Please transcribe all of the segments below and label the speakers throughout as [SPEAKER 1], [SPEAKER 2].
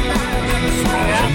[SPEAKER 1] From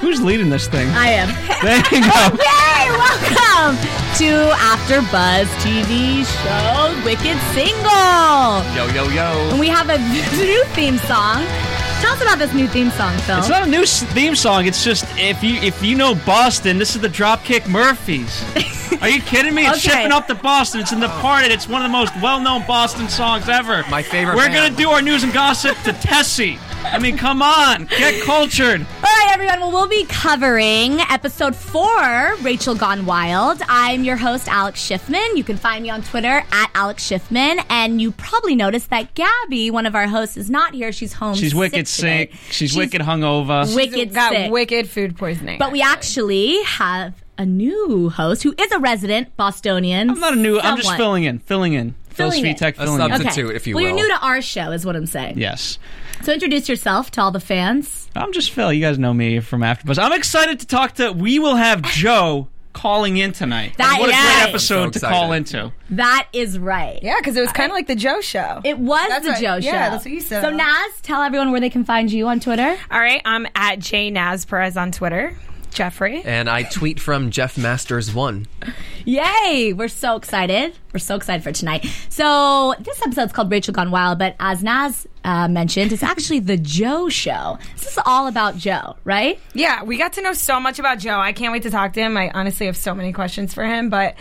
[SPEAKER 2] Who's leading this thing?
[SPEAKER 3] I am.
[SPEAKER 2] There you go.
[SPEAKER 3] Hey, welcome to After Buzz TV show Wicked Single.
[SPEAKER 2] Yo, yo, yo.
[SPEAKER 3] And we have a new theme song. Tell us about this new theme song, Phil.
[SPEAKER 2] It's not a new s- theme song. It's just if you if you know Boston, this is the Dropkick Murphys. Are you kidding me? It's
[SPEAKER 3] Okay.
[SPEAKER 2] shipping up to Boston. It's in the party. It's one of the most well-known Boston songs ever.
[SPEAKER 4] My favorite
[SPEAKER 2] We're gonna
[SPEAKER 4] band.
[SPEAKER 2] do our news and gossip to Tessie. I mean, come on, get cultured.
[SPEAKER 3] All right, everyone. Well, we'll be covering episode four, Rachel Gone Wild. I'm your host, Alex Schiffman. You can find me on Twitter at Alex Schiffman. And you probably noticed that Gabby, one of our hosts, is not here. She's home.
[SPEAKER 2] She's wicked
[SPEAKER 3] today.
[SPEAKER 2] sick. She's, wicked hungover.
[SPEAKER 3] Wicked
[SPEAKER 5] got
[SPEAKER 3] sick.
[SPEAKER 5] wicked food poisoning.
[SPEAKER 3] But we actually have a new host who is a resident Bostonian.
[SPEAKER 2] I'm not a new. I'm just
[SPEAKER 3] somewhat.
[SPEAKER 2] filling in, filling in, Phil
[SPEAKER 3] Filling in.
[SPEAKER 2] Svitek,
[SPEAKER 4] A
[SPEAKER 2] filling in.
[SPEAKER 4] substitute. if you
[SPEAKER 3] well,
[SPEAKER 4] will.
[SPEAKER 3] you're new to our show, is what I'm saying.
[SPEAKER 2] Yes.
[SPEAKER 3] So introduce yourself to all the fans.
[SPEAKER 2] I'm just Phil. You guys know me from AfterBuzz. I'm excited to talk to. We will have Joe calling in tonight.
[SPEAKER 3] That-
[SPEAKER 2] what a
[SPEAKER 3] yes.
[SPEAKER 2] great episode
[SPEAKER 4] I'm so
[SPEAKER 2] to call
[SPEAKER 4] excited.
[SPEAKER 2] into.
[SPEAKER 3] That is right.
[SPEAKER 5] yeah, because it was kind of like the Joe Show.
[SPEAKER 3] It was
[SPEAKER 5] That's
[SPEAKER 3] the
[SPEAKER 5] right.
[SPEAKER 3] Joe show.
[SPEAKER 5] Yeah, that's what you said.
[SPEAKER 3] So Naz, tell everyone where they can find you on Twitter.
[SPEAKER 6] All right, I'm at J Naz Perez on Twitter. Jeffrey.
[SPEAKER 4] And I tweet from Jeff Masters one.
[SPEAKER 3] Yay! We're so excited. We're so excited for tonight. So this episode's called Rachel Gone Wild, but as Naz uh, mentioned, it's actually the Joe show. This is all about Joe, right?
[SPEAKER 6] Yeah, we got to know so much about Joe. I can't wait to talk to him. I honestly have so many questions for him, but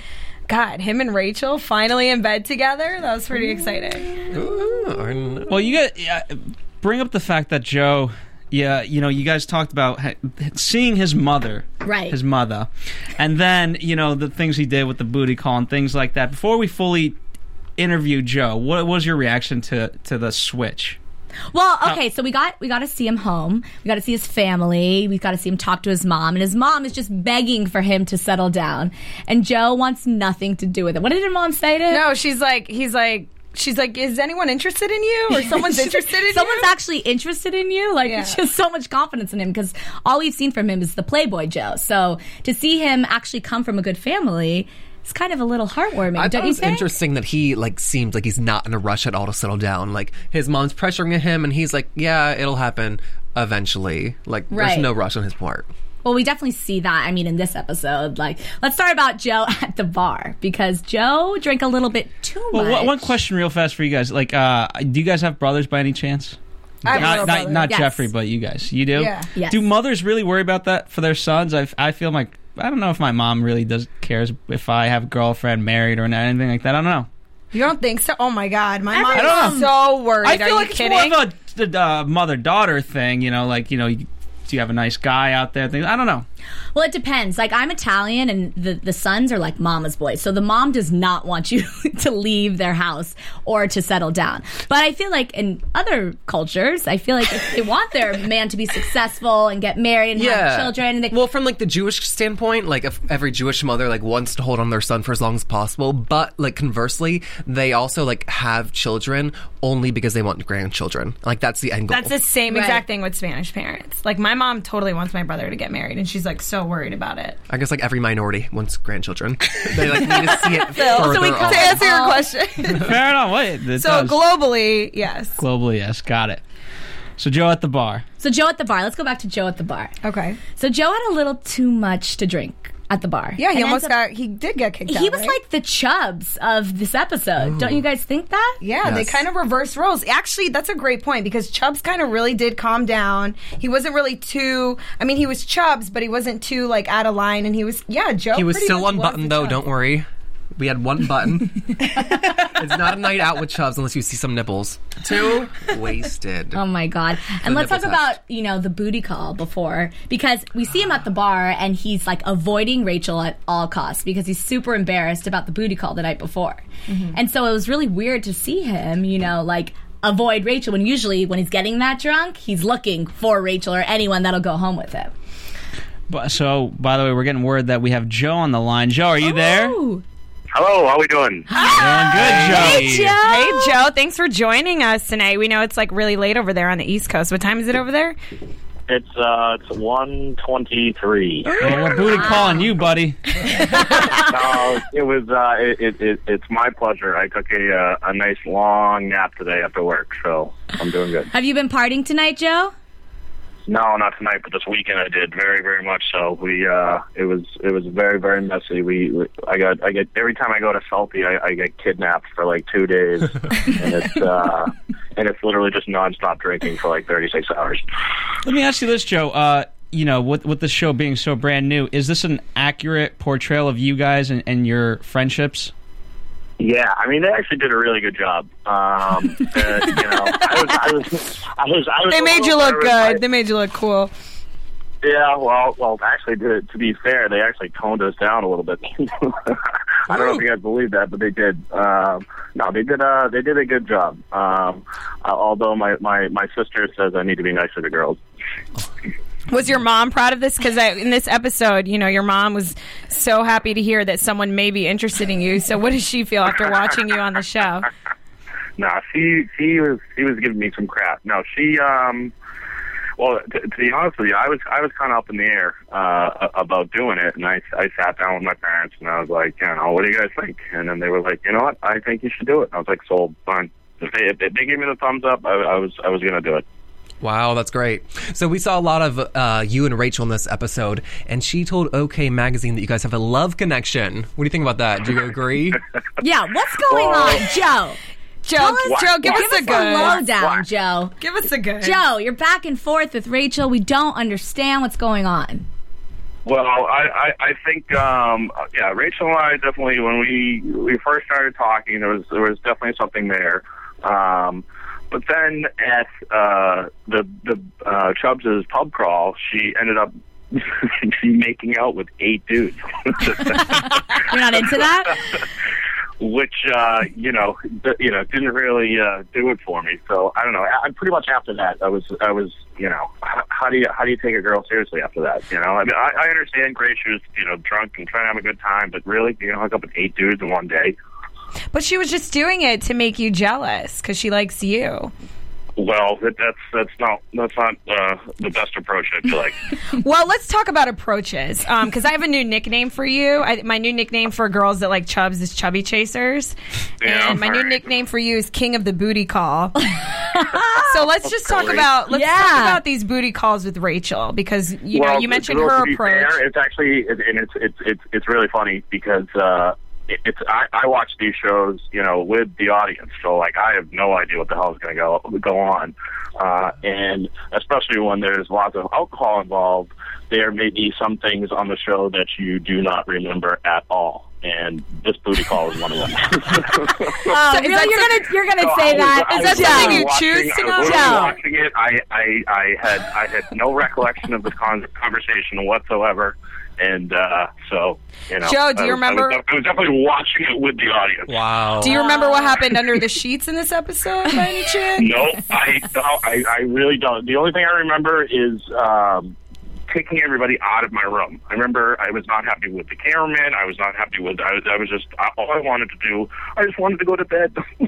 [SPEAKER 6] God, him and Rachel finally in bed together. That was pretty exciting.
[SPEAKER 2] Well, you got yeah, bring up the fact that Joe. Yeah, you know, you guys talked about ha- seeing his mother,
[SPEAKER 3] Right.
[SPEAKER 2] His mother, and then you know the things he did with the booty call and things like that. Before we fully interview Joe, what was your reaction to to the switch?
[SPEAKER 3] Well,
[SPEAKER 4] Oh.
[SPEAKER 3] okay, so we got we got to see him home. We got to see his family. We got to see him talk to his mom, and his mom is just begging for him to settle down. And Joe wants nothing to do with it. What did his mom say to him?
[SPEAKER 6] No, she's like, he's like, she's like, is anyone interested in you? Or someone's interested in
[SPEAKER 3] Someone's
[SPEAKER 6] you?
[SPEAKER 3] actually interested in you. Like
[SPEAKER 6] Yeah.
[SPEAKER 3] it's just so much confidence in him because all we've seen from him is the Playboy Joe. So to see him actually come from a good family, it's kind of a little heartwarming.
[SPEAKER 4] I
[SPEAKER 3] don't
[SPEAKER 4] thought it
[SPEAKER 3] you
[SPEAKER 4] was
[SPEAKER 3] think?
[SPEAKER 4] interesting that he like seems like he's not in a rush at all to settle down. Like his mom's pressuring him, and he's like, "Yeah, it'll happen eventually." Like
[SPEAKER 3] Right.
[SPEAKER 4] there's no rush on his part.
[SPEAKER 3] Well, we definitely see that. I mean, in this episode, like let's start about Joe at the bar because Joe drank a little bit too
[SPEAKER 2] Well,
[SPEAKER 3] much.
[SPEAKER 2] one- one question real fast for you guys: like, uh, do you guys have brothers by any chance?
[SPEAKER 6] I have a
[SPEAKER 2] not
[SPEAKER 6] little
[SPEAKER 2] not,
[SPEAKER 6] brother.
[SPEAKER 2] not
[SPEAKER 3] Yes.
[SPEAKER 2] Jeffrey, but you guys. You do.
[SPEAKER 6] Yeah.
[SPEAKER 3] Yes.
[SPEAKER 2] Do mothers really worry about that for their sons? I I feel like I don't know if my mom really does cares if I have a girlfriend married or not, anything like that. I don't know.
[SPEAKER 6] You don't think so? Oh my God, my mom
[SPEAKER 2] I don't
[SPEAKER 6] is so worried.
[SPEAKER 2] I feel
[SPEAKER 6] Are
[SPEAKER 2] like
[SPEAKER 6] you
[SPEAKER 2] it's
[SPEAKER 6] kidding?
[SPEAKER 2] more of a uh, mother daughter thing. You know, like you know, you, do you have a nice guy out there? Things I don't know.
[SPEAKER 3] Well, it depends. Like I'm Italian, and the the sons are like mama's boys, so the mom does not want you to leave their house or to settle down. But I feel like in other cultures, I feel like if they want their man to be successful and get married and have children. And they,
[SPEAKER 4] well, from like the Jewish standpoint, like if every Jewish mother like wants to hold on to their son for as long as possible, but like conversely, they also like have children only because they want grandchildren. Like that's the end goal.
[SPEAKER 6] That's the same
[SPEAKER 3] Right.
[SPEAKER 6] exact thing with Spanish parents. Like, my mom totally wants my brother to get married, and she's like so worried about it.
[SPEAKER 4] I guess like every minority wants grandchildren. they like need to see it further
[SPEAKER 3] so we
[SPEAKER 4] on.
[SPEAKER 3] call
[SPEAKER 6] To answer your
[SPEAKER 3] Oh.
[SPEAKER 6] question.
[SPEAKER 2] Fair enough. Wait, it
[SPEAKER 6] so,
[SPEAKER 2] does.
[SPEAKER 6] globally, yes.
[SPEAKER 2] globally, yes, got it. So Joe at the bar.
[SPEAKER 3] so Joe at the bar. Let's go back to Joe at the bar.
[SPEAKER 6] Okay.
[SPEAKER 3] So Joe had a little too much to drink. at the bar.
[SPEAKER 5] Yeah, he
[SPEAKER 3] And
[SPEAKER 5] almost
[SPEAKER 3] ends up-
[SPEAKER 5] got. He did get kicked out.
[SPEAKER 3] He was
[SPEAKER 5] right?
[SPEAKER 3] like the Chubbs of this episode. Don't you guys think that?
[SPEAKER 5] Yeah, they
[SPEAKER 4] Yes.
[SPEAKER 5] kind of reverse roles. Actually, that's a great point because Chubbs kind of really did calm down. He wasn't really too. I mean, he was Chubbs, but he wasn't too like out of line. And he was, yeah, Joe.
[SPEAKER 4] He was
[SPEAKER 5] pretty
[SPEAKER 4] still
[SPEAKER 5] much
[SPEAKER 4] unbuttoned
[SPEAKER 5] the
[SPEAKER 4] though.
[SPEAKER 5] Chubbs.
[SPEAKER 4] Don't worry, we had one button. it's not a night out with Chubbs unless you see some nipples. Um, Two wasted.
[SPEAKER 3] Oh my god! And let's talk
[SPEAKER 4] nipple
[SPEAKER 3] about
[SPEAKER 4] test.
[SPEAKER 3] you know the booty call before because we see him at the bar and he's like avoiding Rachel at all costs because he's super embarrassed about the booty call the night before, and so it was really weird to see him you know like avoid Rachel when usually when he's getting that drunk he's looking for Rachel or anyone that'll go home with him.
[SPEAKER 2] But, so, by the way, we're getting word that we have Joe on the line. Joe, are you there?
[SPEAKER 3] Ooh.
[SPEAKER 7] Hello, how we doing?
[SPEAKER 2] Doing good, Joe.
[SPEAKER 6] Hey, Joe. Thanks for joining us tonight. We know it's like really late over there on the East Coast. What time is it over there?
[SPEAKER 7] It's uh, it's one twenty-three.
[SPEAKER 2] Well, we're booty calling you, buddy.
[SPEAKER 7] no, it was uh, it, it, it it's my pleasure. I took a uh, a nice long nap today after work, so I'm doing good.
[SPEAKER 3] Have you been partying tonight, Joe?
[SPEAKER 7] No, not tonight, but this weekend I did very very much so. We uh, it was it was very very messy. We, we I got I get every time I go to Salty, I, I get kidnapped for like two days, and it's uh, and it's literally just nonstop drinking for like thirty-six hours.
[SPEAKER 2] Let me ask you this, Joe. Uh, you know, with with the show being so brand new, is this an accurate portrayal of you guys and, and your friendships?
[SPEAKER 7] Yeah, I mean they actually did a really good job. Um, uh, you know, I was, I was, I was, I was
[SPEAKER 6] They
[SPEAKER 7] a
[SPEAKER 6] made
[SPEAKER 7] little
[SPEAKER 6] you look
[SPEAKER 7] nervous. I-
[SPEAKER 6] good. They made you look cool.
[SPEAKER 7] yeah, well, well, actually, to, to be fair, they actually toned us down a little bit. I don't know if you guys believe that, but they did. Um, no, they did. Uh, they did a good job. Um, uh, although my, my my sister says I need to be nicer to girls.
[SPEAKER 6] Was your mom proud of this? Because in this episode, you know, your mom was so happy to hear that someone may be interested in you. So, what does she feel after watching you on the show?
[SPEAKER 7] Nah, she she was she was giving me some crap. No, she um, well, t- to be honest with you, I was I was kind of up in the air uh, a- about doing it, and I I sat down with my parents and I was like, you know, what do you guys think? And then they were like, you know what, I think you should do it. And I was like, sold, fine. If they, if they gave me the thumbs up, I, I was I was gonna do it.
[SPEAKER 4] Wow, that's great. So we saw a lot of uh, you and Rachel in this episode, and she told OK Magazine that you guys have a love connection. What do you think about that? Do you agree?
[SPEAKER 3] Yeah, what's going on, Joe?
[SPEAKER 6] Joe, Joe, give us a
[SPEAKER 3] the
[SPEAKER 6] good.
[SPEAKER 3] lowdown, Joe.
[SPEAKER 6] Give us a good.
[SPEAKER 3] Joe, you're back and forth with Rachel. We don't understand what's going on.
[SPEAKER 7] Well, I, I, I think um, yeah, Rachel and I definitely when we we first started talking, there was there was definitely something there. Um, but then at uh, the the uh, Chubbs's pub crawl, she ended up making out with eight dudes,
[SPEAKER 3] You're not into that?
[SPEAKER 7] which uh, you know d- you know didn't really uh, do it for me. So I don't know. I, I pretty much after that, I was I was you know h- how do you how do you take a girl seriously after that? You know, I mean I, I understand Grace she was you know drunk and trying to have a good time, but really you know hook up with eight dudes in one day.
[SPEAKER 6] But she was just doing it to make you jealous because she likes you.
[SPEAKER 7] Well, that, that's that's not that's not uh, the best approach. I feel like.
[SPEAKER 6] Well, let's talk about approaches because I have a new nickname for you. I, my new nickname for girls that like chubs is chubby chasers,
[SPEAKER 7] Yeah,
[SPEAKER 6] and my new
[SPEAKER 7] alright.
[SPEAKER 6] nickname for you is king of the booty call. so let's just talk
[SPEAKER 7] Great.
[SPEAKER 6] about let's
[SPEAKER 3] Yeah.
[SPEAKER 6] talk about these booty calls with Rachel because you know
[SPEAKER 7] well,
[SPEAKER 6] you mentioned
[SPEAKER 7] girls, to
[SPEAKER 6] her
[SPEAKER 7] be
[SPEAKER 6] approach.
[SPEAKER 7] Fair, it's actually it, and it's it's it's it's really funny because uh, it, it's I, I watch these shows you know with the audience, so like I have no idea what the hell is going to go go on, uh, and especially when there's lots of alcohol involved, there may be some things on the show that you do not remember at all, and this booty call is one of them.
[SPEAKER 3] So
[SPEAKER 6] is
[SPEAKER 3] really,
[SPEAKER 6] that
[SPEAKER 3] you're
[SPEAKER 6] some-
[SPEAKER 3] gonna you're gonna
[SPEAKER 7] No,
[SPEAKER 3] say
[SPEAKER 7] I was-
[SPEAKER 3] that?
[SPEAKER 7] I
[SPEAKER 3] Is that
[SPEAKER 7] was literally
[SPEAKER 3] something you?
[SPEAKER 7] watching-
[SPEAKER 6] choose to
[SPEAKER 7] I was
[SPEAKER 6] know?
[SPEAKER 7] literally
[SPEAKER 6] No.
[SPEAKER 7] watching it, I, I, I had I had no recollection of this con- conversation whatsoever, and uh, so you know.
[SPEAKER 6] Joe, do
[SPEAKER 7] I
[SPEAKER 6] you
[SPEAKER 7] was- I was
[SPEAKER 6] remember-
[SPEAKER 7] def- I was, definitely watching it with the audience.
[SPEAKER 4] Wow.
[SPEAKER 6] Do you remember what happened under the sheets in this episode by any chance?
[SPEAKER 7] No, I, no, I I really don't. The only thing I remember is. Um, Taking everybody out of my room. I remember I was not happy with the cameraman. I was not happy with. I was. I was just. I, all I wanted to do. I just wanted to go to bed.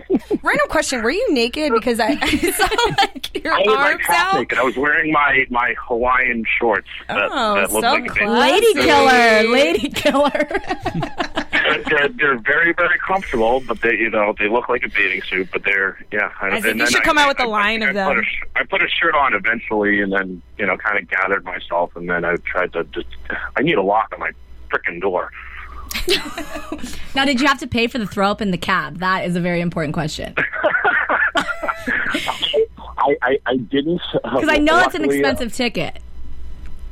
[SPEAKER 6] Random question: Were you naked? Because I, I saw like your
[SPEAKER 7] I was like
[SPEAKER 6] arms
[SPEAKER 7] half
[SPEAKER 6] out.
[SPEAKER 7] naked. I was wearing my my Hawaiian shorts. That,
[SPEAKER 6] Oh,
[SPEAKER 7] that looked
[SPEAKER 6] so
[SPEAKER 7] like a big-
[SPEAKER 6] classy.
[SPEAKER 3] Lady
[SPEAKER 6] Absolutely.
[SPEAKER 3] killer, lady killer.
[SPEAKER 7] They're, they're, they're very very comfortable, but they you know they look like a bathing suit. But they're yeah. I
[SPEAKER 6] think you should come out with a line of
[SPEAKER 7] I Put
[SPEAKER 6] them.
[SPEAKER 7] a, sh- I put a shirt on eventually, and then you know kind of gathered myself, and then I tried to just. I need a lock on my freaking door.
[SPEAKER 3] Now, did you have to pay for the throw up in the cab? That is a very important question.
[SPEAKER 7] I, I, I didn't
[SPEAKER 3] Because I know it's an
[SPEAKER 7] Luckily, uh,
[SPEAKER 3] expensive ticket.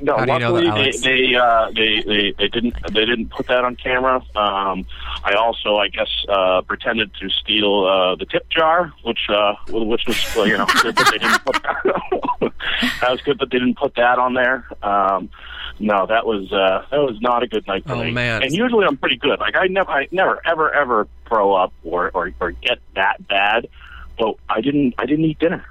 [SPEAKER 7] No,
[SPEAKER 4] How do you know
[SPEAKER 7] luckily
[SPEAKER 4] that, Alex?
[SPEAKER 7] they they, uh, they they they didn't they didn't put that on camera. Um, I also, I guess, uh, pretended to steal uh, the tip jar, which uh, which was well, you know good that they didn't put that. that was good that they didn't put that on there. Um, no, that was uh, that was not a good night for
[SPEAKER 4] Oh,
[SPEAKER 7] me.
[SPEAKER 4] man.
[SPEAKER 7] And usually I'm pretty good. Like I never I never ever ever throw up or or, or get that bad. But I didn't I didn't eat dinner.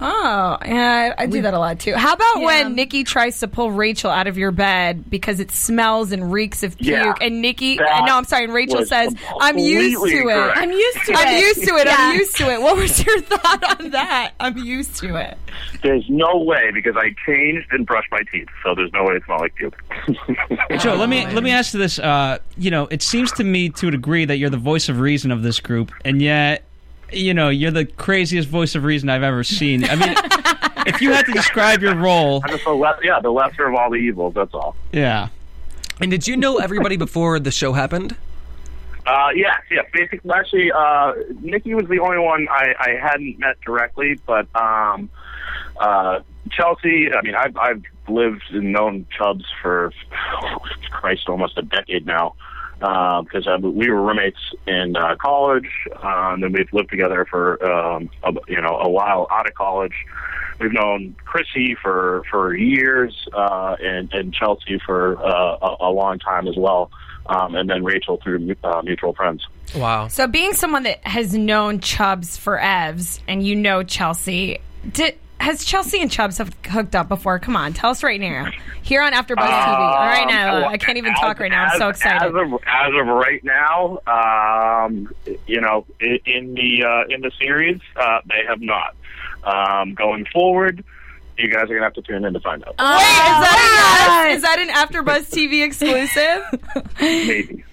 [SPEAKER 6] Oh, yeah, I do that a lot too. How about
[SPEAKER 3] Yeah.
[SPEAKER 6] when Nikki tries to pull Rachel out of your bed because it smells and reeks of puke,
[SPEAKER 7] Yeah.
[SPEAKER 6] and Nikki, uh,
[SPEAKER 7] That
[SPEAKER 6] no, I'm sorry, and Rachel
[SPEAKER 7] was
[SPEAKER 6] says, "I'm used to
[SPEAKER 7] completely
[SPEAKER 6] it.
[SPEAKER 7] incorrect.
[SPEAKER 3] I'm used to it.
[SPEAKER 6] I'm used to it. I'm
[SPEAKER 3] Yeah.
[SPEAKER 6] used to it." What was your thought on that? I'm used to it.
[SPEAKER 7] There's no way because I changed and brushed my teeth, so there's no way it smelled like puke.
[SPEAKER 2] Hey, Joe, let me let me ask you this. Uh, you know, it seems to me to a degree that you're the voice of reason of this group, and yet, you know, you're the craziest voice of reason I've ever seen. I mean, if you had to describe your role,
[SPEAKER 7] Just the le- yeah, the lesser of all the evils. That's all.
[SPEAKER 2] yeah.
[SPEAKER 4] And did you know everybody before the show happened?
[SPEAKER 7] Uh, yeah, yeah. Basically, actually, uh, Nikki was the only one I, I hadn't met directly, but um, uh, Chelsea. I mean, I've, I've lived and known Chubbs for Christ, almost a decade now, because uh, we were roommates in uh, college, uh, and then we've lived together for um, a, you know a while out of college. We've known Chrissy for for years, uh, and and Chelsea for uh, a, a long time as well, um, and then Rachel through mu- uh, mutual friends.
[SPEAKER 4] Wow.
[SPEAKER 6] So, being someone that has known Chubbs for Evs, and you know Chelsea, did, has Chelsea and Chubbs have hooked up before? Come on, tell us right now. Here on AfterBuzz TV. All right now,
[SPEAKER 7] Um,
[SPEAKER 6] I can't even
[SPEAKER 7] as-
[SPEAKER 6] talk right now. I'm so
[SPEAKER 7] as-
[SPEAKER 6] excited.
[SPEAKER 7] As of, as of right now, um, you know, i- in the uh, in the series, uh, they have not. Um, going forward, you guys are gonna have to tune in to find
[SPEAKER 6] Wait,
[SPEAKER 7] out.
[SPEAKER 6] is
[SPEAKER 3] Oh,
[SPEAKER 6] that, an, is that an AfterBuzz TV exclusive?
[SPEAKER 7] Maybe.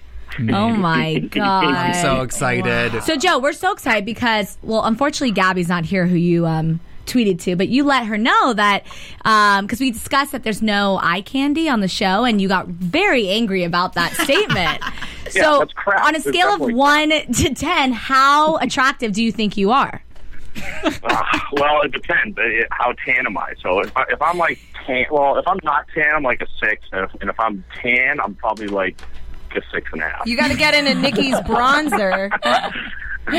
[SPEAKER 3] Oh my god!
[SPEAKER 4] I'm so excited.
[SPEAKER 3] So Joe, we're so excited because well, unfortunately, Gabby's not here, who you um tweeted to, but you let her know that because we discussed that there's no eye candy on the show, and you got very angry about that statement. so
[SPEAKER 7] that's crap.
[SPEAKER 3] on a
[SPEAKER 7] It's
[SPEAKER 3] scale of
[SPEAKER 7] definitely
[SPEAKER 3] one to ten, how attractive do you think you are?
[SPEAKER 7] Ah, well, it depends. uh, it- How tan am I? So if, I, if I'm like tan, well, if I'm not tan, I'm like a six, and if, and if I'm tan, I'm probably like a six and a half.
[SPEAKER 6] you got to get into Nikki's bronzer.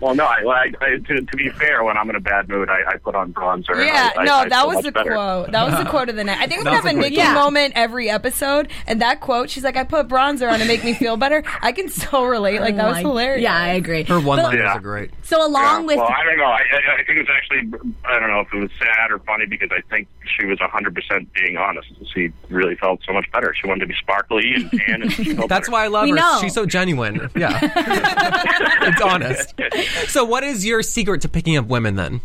[SPEAKER 7] well, no, I, I, I, to, to be fair, when I'm in a bad mood, I, I put on bronzer. and
[SPEAKER 6] Yeah,
[SPEAKER 7] I, I,
[SPEAKER 6] no,
[SPEAKER 7] I
[SPEAKER 6] that
[SPEAKER 7] feel
[SPEAKER 6] was
[SPEAKER 7] much
[SPEAKER 6] the
[SPEAKER 7] better.
[SPEAKER 6] quote. That was the quote of the night. I think I'm gonna
[SPEAKER 4] That
[SPEAKER 6] have a
[SPEAKER 4] was a
[SPEAKER 6] Nikki
[SPEAKER 3] quote. Yeah.
[SPEAKER 6] moment every episode. And that quote, she's like, "I put bronzer on to make me feel better." I can so relate. Like that was
[SPEAKER 3] Like,
[SPEAKER 6] hilarious.
[SPEAKER 3] Yeah, I agree.
[SPEAKER 4] Her one liners
[SPEAKER 7] Yeah.
[SPEAKER 4] are great.
[SPEAKER 3] so
[SPEAKER 7] Yeah,
[SPEAKER 3] along with
[SPEAKER 7] well, I don't know. I, I, I think it was actually, I don't know if it was sad or funny because I think she was 100% being honest. She really felt so much better. She wanted to be sparkly and tan. And she felt
[SPEAKER 4] That's
[SPEAKER 7] better.
[SPEAKER 4] why I love
[SPEAKER 3] We
[SPEAKER 4] her.
[SPEAKER 3] know.
[SPEAKER 4] She's so genuine. Yeah. it's honest. So, what is your secret to picking up women then?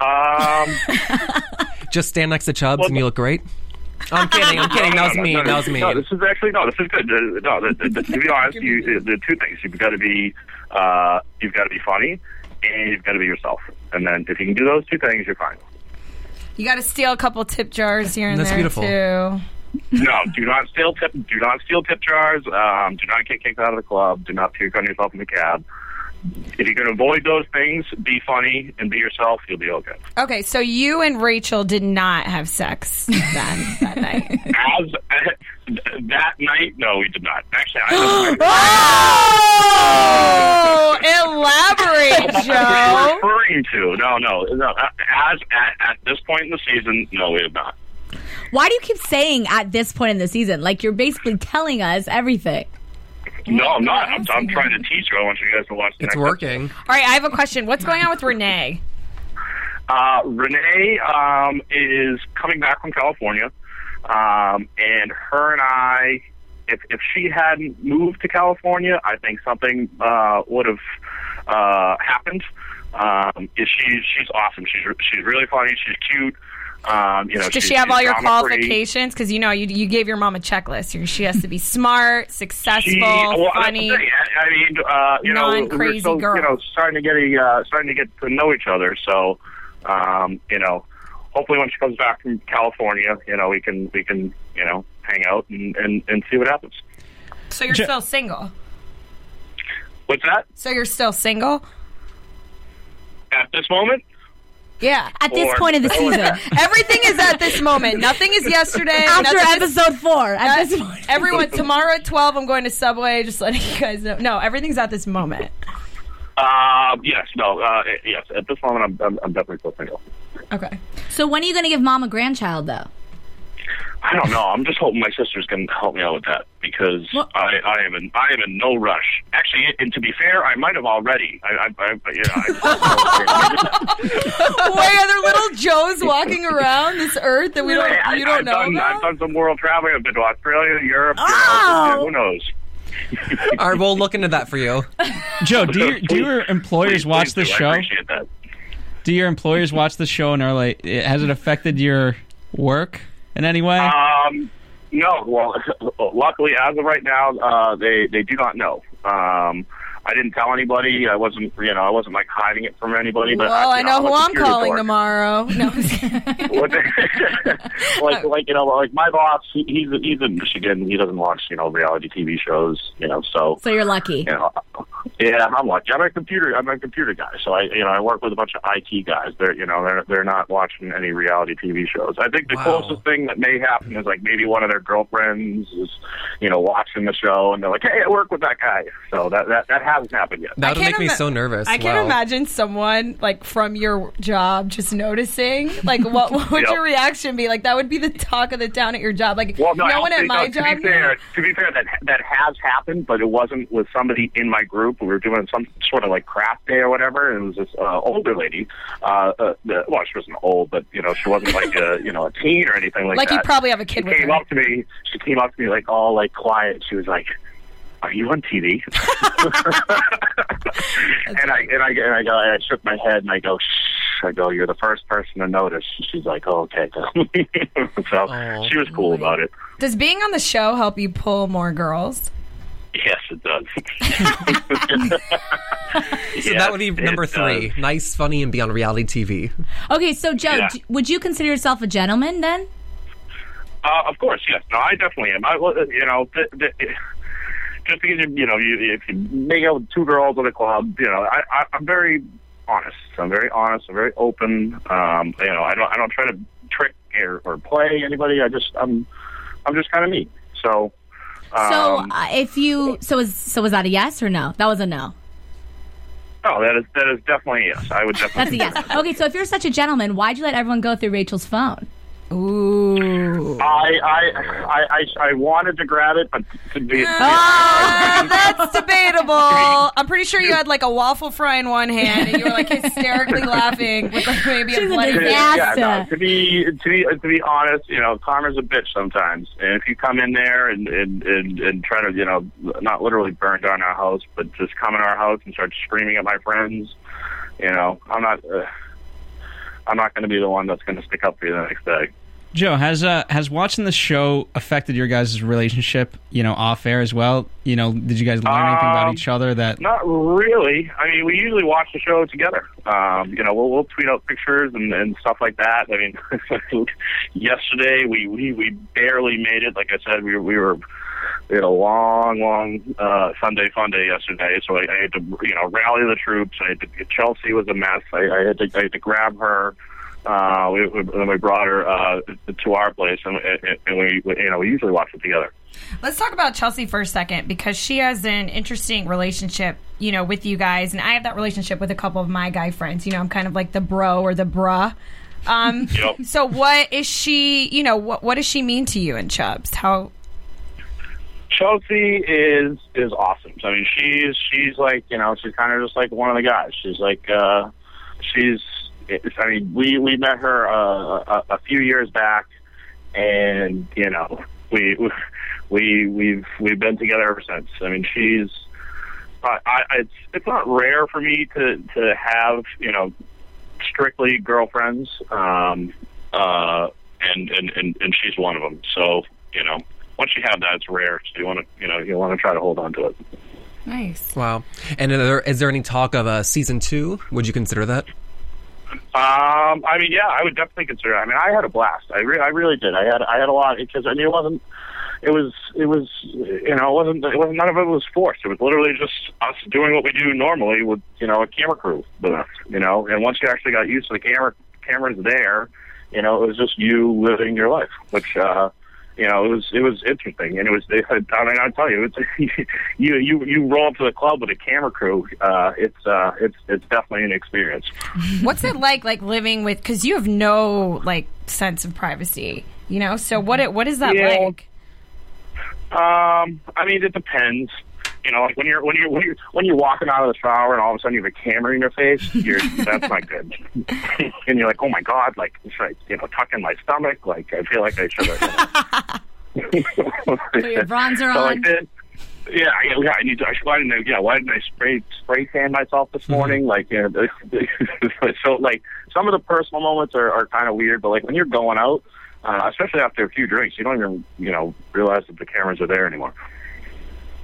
[SPEAKER 7] Um,
[SPEAKER 4] Just stand next to Chubbs and you look great? Oh, I'm kidding. I'm kidding. That was
[SPEAKER 7] no,
[SPEAKER 4] mean.
[SPEAKER 7] no,
[SPEAKER 4] That was mean.
[SPEAKER 7] No, this is actually no. This is good. Uh, No, the, the, the, to be honest, you, the two things you've got to be uh, you've got to be funny, and you've got to be yourself. And then if you can do those two things, you're fine.
[SPEAKER 6] You got to steal a couple tip jars here and
[SPEAKER 4] That's
[SPEAKER 6] there
[SPEAKER 4] beautiful.
[SPEAKER 6] too.
[SPEAKER 7] No, do not steal tip. Do not steal tip jars. Um, do not get kicked out of the club. Do not puke on yourself in the cab. If you can avoid those things, be funny and be yourself. You'll be okay.
[SPEAKER 6] Okay, so you and Rachel did not have sex then that night.
[SPEAKER 7] As that night, no, we did not. Actually, I was
[SPEAKER 6] Oh, elaborate, Joe.
[SPEAKER 7] referring to no, no, no. uh, As at, at this point in the season, no, we did not.
[SPEAKER 3] why do you keep saying at this point in the season, like you're basically telling us everything?
[SPEAKER 7] No, I'm not. I'm, I'm trying to teach you. I want you guys to watch. The
[SPEAKER 4] It's
[SPEAKER 7] next
[SPEAKER 4] working.
[SPEAKER 6] All right, I have a question. What's going on with Renee?
[SPEAKER 7] Uh, Renee um, is coming back from California, um, and her and I, if, if she hadn't moved to California, I think something uh, would have uh, happened. Um, is she, she's awesome. She's re- she's really funny. She's cute. Um, you know,
[SPEAKER 6] Does
[SPEAKER 7] she's-
[SPEAKER 6] she have
[SPEAKER 7] she's
[SPEAKER 6] all your
[SPEAKER 7] drama-free.
[SPEAKER 6] qualifications? Because you know, you, you gave your mom a checklist. You- She has to be smart, successful,
[SPEAKER 7] She- well, I-
[SPEAKER 6] funny.
[SPEAKER 7] I, I mean, uh, you know,
[SPEAKER 6] Non-crazy
[SPEAKER 7] we're still,
[SPEAKER 6] girl.
[SPEAKER 7] you know, starting to get uh, starting to get to know each other. So, um, you know, hopefully when she comes back from California, you know, we can we can you know hang out and and, and see what happens.
[SPEAKER 6] So you're
[SPEAKER 2] Ju-
[SPEAKER 6] still single.
[SPEAKER 7] What's that?
[SPEAKER 6] So you're still single.
[SPEAKER 7] At this moment,
[SPEAKER 6] Yeah.
[SPEAKER 3] At this
[SPEAKER 7] Or-
[SPEAKER 3] point of the season,
[SPEAKER 6] Everything is at this moment. Nothing is yesterday.
[SPEAKER 3] after
[SPEAKER 6] nothing is-
[SPEAKER 3] episode four, at this
[SPEAKER 6] Uh,
[SPEAKER 3] point,
[SPEAKER 6] Everyone, tomorrow at 12, I'm going to Subway, just letting you guys know. No, everything's at this moment.
[SPEAKER 7] uh, yes, no, uh, yes. At this moment, I'm I'm, I'm definitely still single.
[SPEAKER 6] Okay.
[SPEAKER 3] So when are you going to give mom a grandchild though?
[SPEAKER 7] I don't know. I'm just hoping my sister's going to help me out with that because
[SPEAKER 3] Well-
[SPEAKER 7] I, I am in I am in no rush. Actually, and to be fair, I might have already. I, I, I but yeah. I,
[SPEAKER 6] Wait, are there little Joes walking around this earth that we don't,
[SPEAKER 7] I,
[SPEAKER 6] you don't
[SPEAKER 7] have
[SPEAKER 6] know
[SPEAKER 7] done,
[SPEAKER 6] about?
[SPEAKER 7] I've done some world traveling. I've been to Australia, Europe. you know,
[SPEAKER 3] Oh!
[SPEAKER 7] who knows?
[SPEAKER 4] All right, we'll look into that for you.
[SPEAKER 2] Joe, do your do your employers
[SPEAKER 7] Please-
[SPEAKER 2] watch
[SPEAKER 7] please
[SPEAKER 2] this
[SPEAKER 7] do. I
[SPEAKER 2] show?
[SPEAKER 7] appreciate that.
[SPEAKER 2] Do your employers watch this show and are like, has it affected your work in any way?
[SPEAKER 7] Um, no. Well, luckily, as of right now, uh, they they do not know. Um, I didn't tell anybody. I wasn't, you know, I wasn't like hiding it from anybody. But
[SPEAKER 6] well, I
[SPEAKER 7] you
[SPEAKER 6] know
[SPEAKER 7] I'm a
[SPEAKER 6] who I'm
[SPEAKER 7] computer
[SPEAKER 6] calling
[SPEAKER 7] dork.
[SPEAKER 6] tomorrow. No,
[SPEAKER 7] What the- like, like you know, like my boss, he, he's he's in Michigan. He doesn't watch you know reality TV shows. You know, so
[SPEAKER 3] So you're lucky.
[SPEAKER 7] you know, yeah, I'm lucky. I'm a computer. I'm a computer guy. So I, you know, I work with a bunch of IT guys. They're, you know, they're they're not watching any reality TV shows. I think the
[SPEAKER 4] Wow.
[SPEAKER 7] closest thing that may happen is like maybe one of their girlfriends is, you know, watching the show and they're like, hey, I work with that guy. So that that, that hasn't happened yet.
[SPEAKER 4] That would
[SPEAKER 6] can't
[SPEAKER 4] make me
[SPEAKER 6] ima-
[SPEAKER 4] so nervous.
[SPEAKER 6] I can't
[SPEAKER 4] Wow.
[SPEAKER 6] imagine someone like from your job just noticing. Like, what, what would
[SPEAKER 7] Yep.
[SPEAKER 6] your reaction be? Like, that would be the talk of the town at your job. Like,
[SPEAKER 7] Well, no,
[SPEAKER 6] one at
[SPEAKER 7] no,
[SPEAKER 6] my
[SPEAKER 7] to
[SPEAKER 6] job.
[SPEAKER 7] Be fair, to be fair, that that has happened, but it wasn't with somebody in my group. We were doing some sort of like craft day or whatever, and it was this uh, older lady. Uh, uh, the- well, she wasn't old, but you know, she wasn't like a you know a teen or anything like,
[SPEAKER 6] Like,
[SPEAKER 7] that.
[SPEAKER 6] you probably have a kid
[SPEAKER 7] She
[SPEAKER 6] with
[SPEAKER 7] came
[SPEAKER 6] her.
[SPEAKER 7] up to me. She came up to me like all like quiet. She was like, "Are you on TV?" and I and I and I go. I shook my head and I go. Shh. I go. You're the first person to notice. She's like, oh, okay. so
[SPEAKER 4] Aw.
[SPEAKER 7] she was cool about it.
[SPEAKER 6] Does being on the show help you pull more girls?
[SPEAKER 7] Yes, it does.
[SPEAKER 4] So that would be number three. Nice, funny, and be on reality TV.
[SPEAKER 3] Okay, so Joe,
[SPEAKER 7] Yeah.
[SPEAKER 3] d- would you consider yourself a gentleman then?
[SPEAKER 7] Uh, of course, yes. No, I definitely am. I, well, you know, th- th- just because you, you know, you, if you make out with two girls at a club, you know, I, I, I'm very honest. I'm very honest. I'm very open. Um, you know, I don't, I don't try to trick or, or play anybody. I just, I'm, I'm just kind of me. So,
[SPEAKER 3] so
[SPEAKER 7] um,
[SPEAKER 3] uh, if you so is so was that a yes or no? That was a no.
[SPEAKER 7] no, that is that is definitely a yes. I would
[SPEAKER 3] That's a
[SPEAKER 7] definitely.
[SPEAKER 3] yes. Okay, so if you're such a gentleman, why'd you let everyone go through Rachel's phone?
[SPEAKER 6] Ooh.
[SPEAKER 7] I, I, I, I, I wanted to grab it, but to be.
[SPEAKER 3] Oh,
[SPEAKER 6] Ah, that's debatable. I'm pretty sure you had like a waffle fry in one hand and you were like hysterically laughing with like maybe a
[SPEAKER 3] She's a
[SPEAKER 6] bloody
[SPEAKER 3] disaster.
[SPEAKER 6] hand.
[SPEAKER 7] Yeah, no,
[SPEAKER 3] Yes.
[SPEAKER 7] to be to be to be honest, you know, karma's a bitch sometimes. And if you come in there and and and, and try to, you know, not literally burn down our house, but just come in our house and start screaming at my friends, you know, I'm not. Uh, I'm not going to be the one that's going to stick up for you the next day.
[SPEAKER 2] Joe, has uh, has watching the show affected your guys' relationship? You know, off air as well. You know, did you guys learn anything about
[SPEAKER 7] Um,
[SPEAKER 2] each other that
[SPEAKER 7] Not really. I mean, we usually watch the show together. Um, you know, we'll, we'll tweet out pictures and, and stuff like that. I mean, yesterday we, we, we barely made it. Like I said, we, were- we were we had a long, long uh, Sunday fun day yesterday. So I, I had to you know rally the troops. I had to, Chelsea was a mess. I, I had to I had to grab her. Uh, we, we, then we brought her uh, to our place, and, and, and we, we you know we usually watch it together.
[SPEAKER 6] Let's talk about Chelsea for a second because she has an interesting relationship, you know, with you guys, and I have that relationship with a couple of my guy friends. You know, I'm kind of like the bro or the bruh. Um,
[SPEAKER 7] Yep.
[SPEAKER 6] So, what is she? You know, what what does she mean to you and Chubbs? How?
[SPEAKER 7] Chelsea is is awesome. I mean, she's she's like you know she's kind of just like one of the guys. She's like uh, she's it's- I mean we we met her uh, a, a few years back, and you know we we we've we've been together ever since. I mean she's I, I it's it's not rare for me to to have you know strictly girlfriends, um, uh, and, and and and she's one of them. So you know, once you have that, it's rare. So you want to you know you want to try to hold on to it.
[SPEAKER 6] Nice.
[SPEAKER 4] Wow. And are there, is there any talk of a season two? Would you consider that?
[SPEAKER 7] Um, I mean, yeah, I would definitely consider. It. I mean, I had a blast. I, re- I really did. I had I had a lot because I mean, it wasn't. It was it was you know it wasn't it wasn't none of it was forced. It was literally just us doing what we do normally with you know a camera crew with us. You know, and once you actually got used to the camera cameras there, you know, it was just you living your life, which. uh you know, it was it was interesting, and it was. It, I mean, I tell you, it's, you you you roll up to the club with a camera crew. Uh, it's uh, it's it's definitely an experience.
[SPEAKER 6] What's it like, like living with? Because you have no like sense of privacy, you know. So what? it- What is that
[SPEAKER 7] Yeah.
[SPEAKER 6] like?
[SPEAKER 7] Um, I mean, it depends. You know, like when you're when you're when you're when you're walking out of the shower and all of a sudden you have a camera in your face, you're that's not good. and you're like, oh my god, like it's like you know, tucking my stomach. Like I feel like I should have.
[SPEAKER 3] Put your bronzer
[SPEAKER 7] So
[SPEAKER 3] on.
[SPEAKER 7] like this. Yeah, yeah, yeah, I need to. I should, why didn't I? uh, Yeah, why didn't I spray spray tan myself this morning? Like, you know, so like some of the personal moments are, are kind of weird, but like when you're going out, uh, especially after a few drinks, you don't even you know realize that the cameras are there anymore.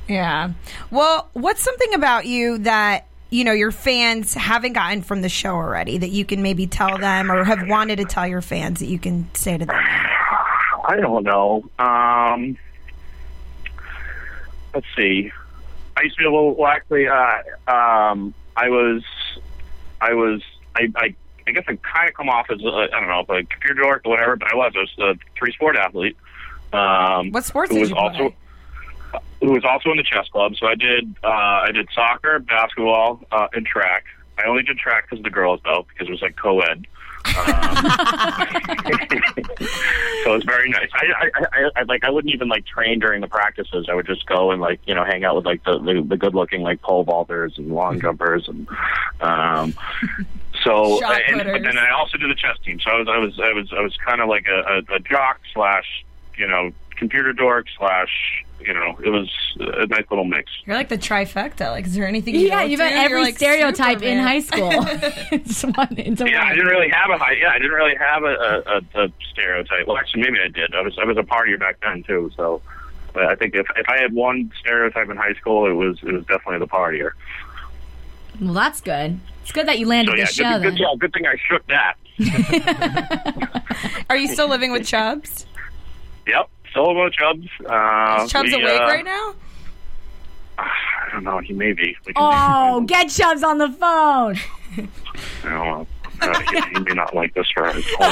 [SPEAKER 5] Yeah. Well, what's something about you that you know your fans haven't gotten from the show already that you can maybe tell them or have wanted to tell your fans that you can say to them?
[SPEAKER 7] I don't know. Um, let's see. I used to be a little. Well, actually, uh, um, I was. I was. I. I I guess I kind of come off as a, I don't know, a computer dork or whatever, but I was. I was a three sport athlete. Um,
[SPEAKER 5] What sports
[SPEAKER 7] who
[SPEAKER 5] did
[SPEAKER 7] was
[SPEAKER 5] you
[SPEAKER 7] also
[SPEAKER 5] play?
[SPEAKER 7] who was also in the chess club. So I did uh, I did soccer, basketball, uh, and track. I only did track because of the girls though, because it was like co-ed. Um, so it's very nice. I, I, I, I like I wouldn't even like train during the practices. I would just go and like you know hang out with like the the, the good looking like pole vaulters and
[SPEAKER 6] Mm-hmm.
[SPEAKER 7] long jumpers and um. So
[SPEAKER 6] Shot
[SPEAKER 7] and, but
[SPEAKER 6] putters.
[SPEAKER 7] then I also did the chess team. So I was I was I was I was kind of like a, a, a jock slash you know computer dork slash you know it was a nice little mix.
[SPEAKER 6] You're like the trifecta. Like, is there anything? You
[SPEAKER 3] Yeah,
[SPEAKER 6] don't
[SPEAKER 3] you've
[SPEAKER 6] do?
[SPEAKER 3] got every
[SPEAKER 6] You're like
[SPEAKER 3] stereotype in
[SPEAKER 6] Superman.
[SPEAKER 3] high school. it's one into
[SPEAKER 7] Yeah, I
[SPEAKER 3] one.
[SPEAKER 7] didn't really have a high. Yeah, I didn't really have a, a, a, a stereotype. Well, actually, maybe I did. I was I was a partier back then too. So, but I think if if I had one stereotype in high school, it was it was definitely the partier.
[SPEAKER 3] Well, that's good. It's good that you landed
[SPEAKER 7] So yeah,
[SPEAKER 3] the show.
[SPEAKER 7] good, good,
[SPEAKER 3] then.
[SPEAKER 7] yeah, good thing I shook that.
[SPEAKER 6] Are you still living with Chubbs?
[SPEAKER 7] Yep, solo Chubbs. Uh,
[SPEAKER 6] Is Chubbs
[SPEAKER 7] we,
[SPEAKER 6] awake
[SPEAKER 7] uh,
[SPEAKER 6] right now?
[SPEAKER 7] I don't know. He may be. We can-
[SPEAKER 3] Oh, get Chubbs on the phone.
[SPEAKER 7] I don't know. Uh, he, he may not like this for his whole-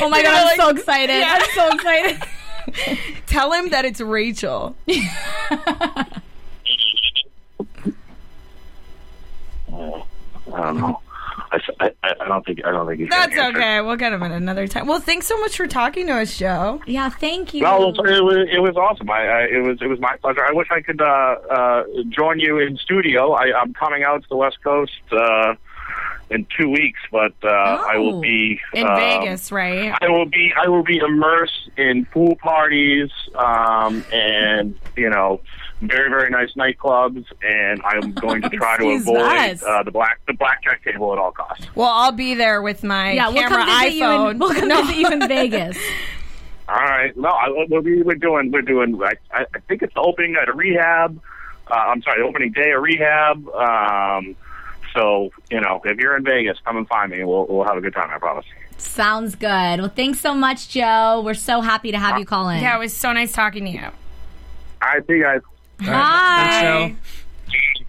[SPEAKER 3] Oh my god, I'm so excited. I'm so excited.
[SPEAKER 6] Tell him that it's Rachel.
[SPEAKER 7] I don't know. I, s- I- I- I don't think I don't think he's. gonna
[SPEAKER 6] That's
[SPEAKER 7] answer.
[SPEAKER 6] okay. We'll get him at another time. Well, thanks so much for talking to us, Joe.
[SPEAKER 3] Yeah, thank you.
[SPEAKER 7] No, it
[SPEAKER 6] Mm-hmm.
[SPEAKER 7] was, it was it was awesome. I, I it was it was my pleasure. I wish I could uh, uh, join you in studio. I, I'm coming out to the West Coast uh, in two weeks, but uh, I will
[SPEAKER 3] Oh.
[SPEAKER 7] be
[SPEAKER 6] In
[SPEAKER 7] um,
[SPEAKER 6] Vegas, right?
[SPEAKER 7] I will be I will be immersed in pool parties um, and you know very very nice nightclubs and I'm going to try to
[SPEAKER 3] Excuse
[SPEAKER 7] avoid
[SPEAKER 3] us.
[SPEAKER 7] uh, the black the blackjack table at all costs.
[SPEAKER 6] Well, I'll be there with my
[SPEAKER 3] yeah, we'll
[SPEAKER 6] camera
[SPEAKER 3] come visit you.
[SPEAKER 6] iPhone.
[SPEAKER 3] In, we'll come
[SPEAKER 6] No.
[SPEAKER 3] visit you in Vegas.
[SPEAKER 7] All right. No, I, we're, we're doing we're doing. I, I I think it's the opening night of rehab. Uh, I'm sorry, the opening day of rehab. Um, so you know, if you're in Vegas, come and find me. We'll we'll have a good time. I promise.
[SPEAKER 3] Sounds good. Well, thanks so much, Joe. We're so happy to have you call in.
[SPEAKER 6] Yeah, it was so nice talking to you.
[SPEAKER 7] All right, see you guys.
[SPEAKER 3] Bye.
[SPEAKER 4] Thanks,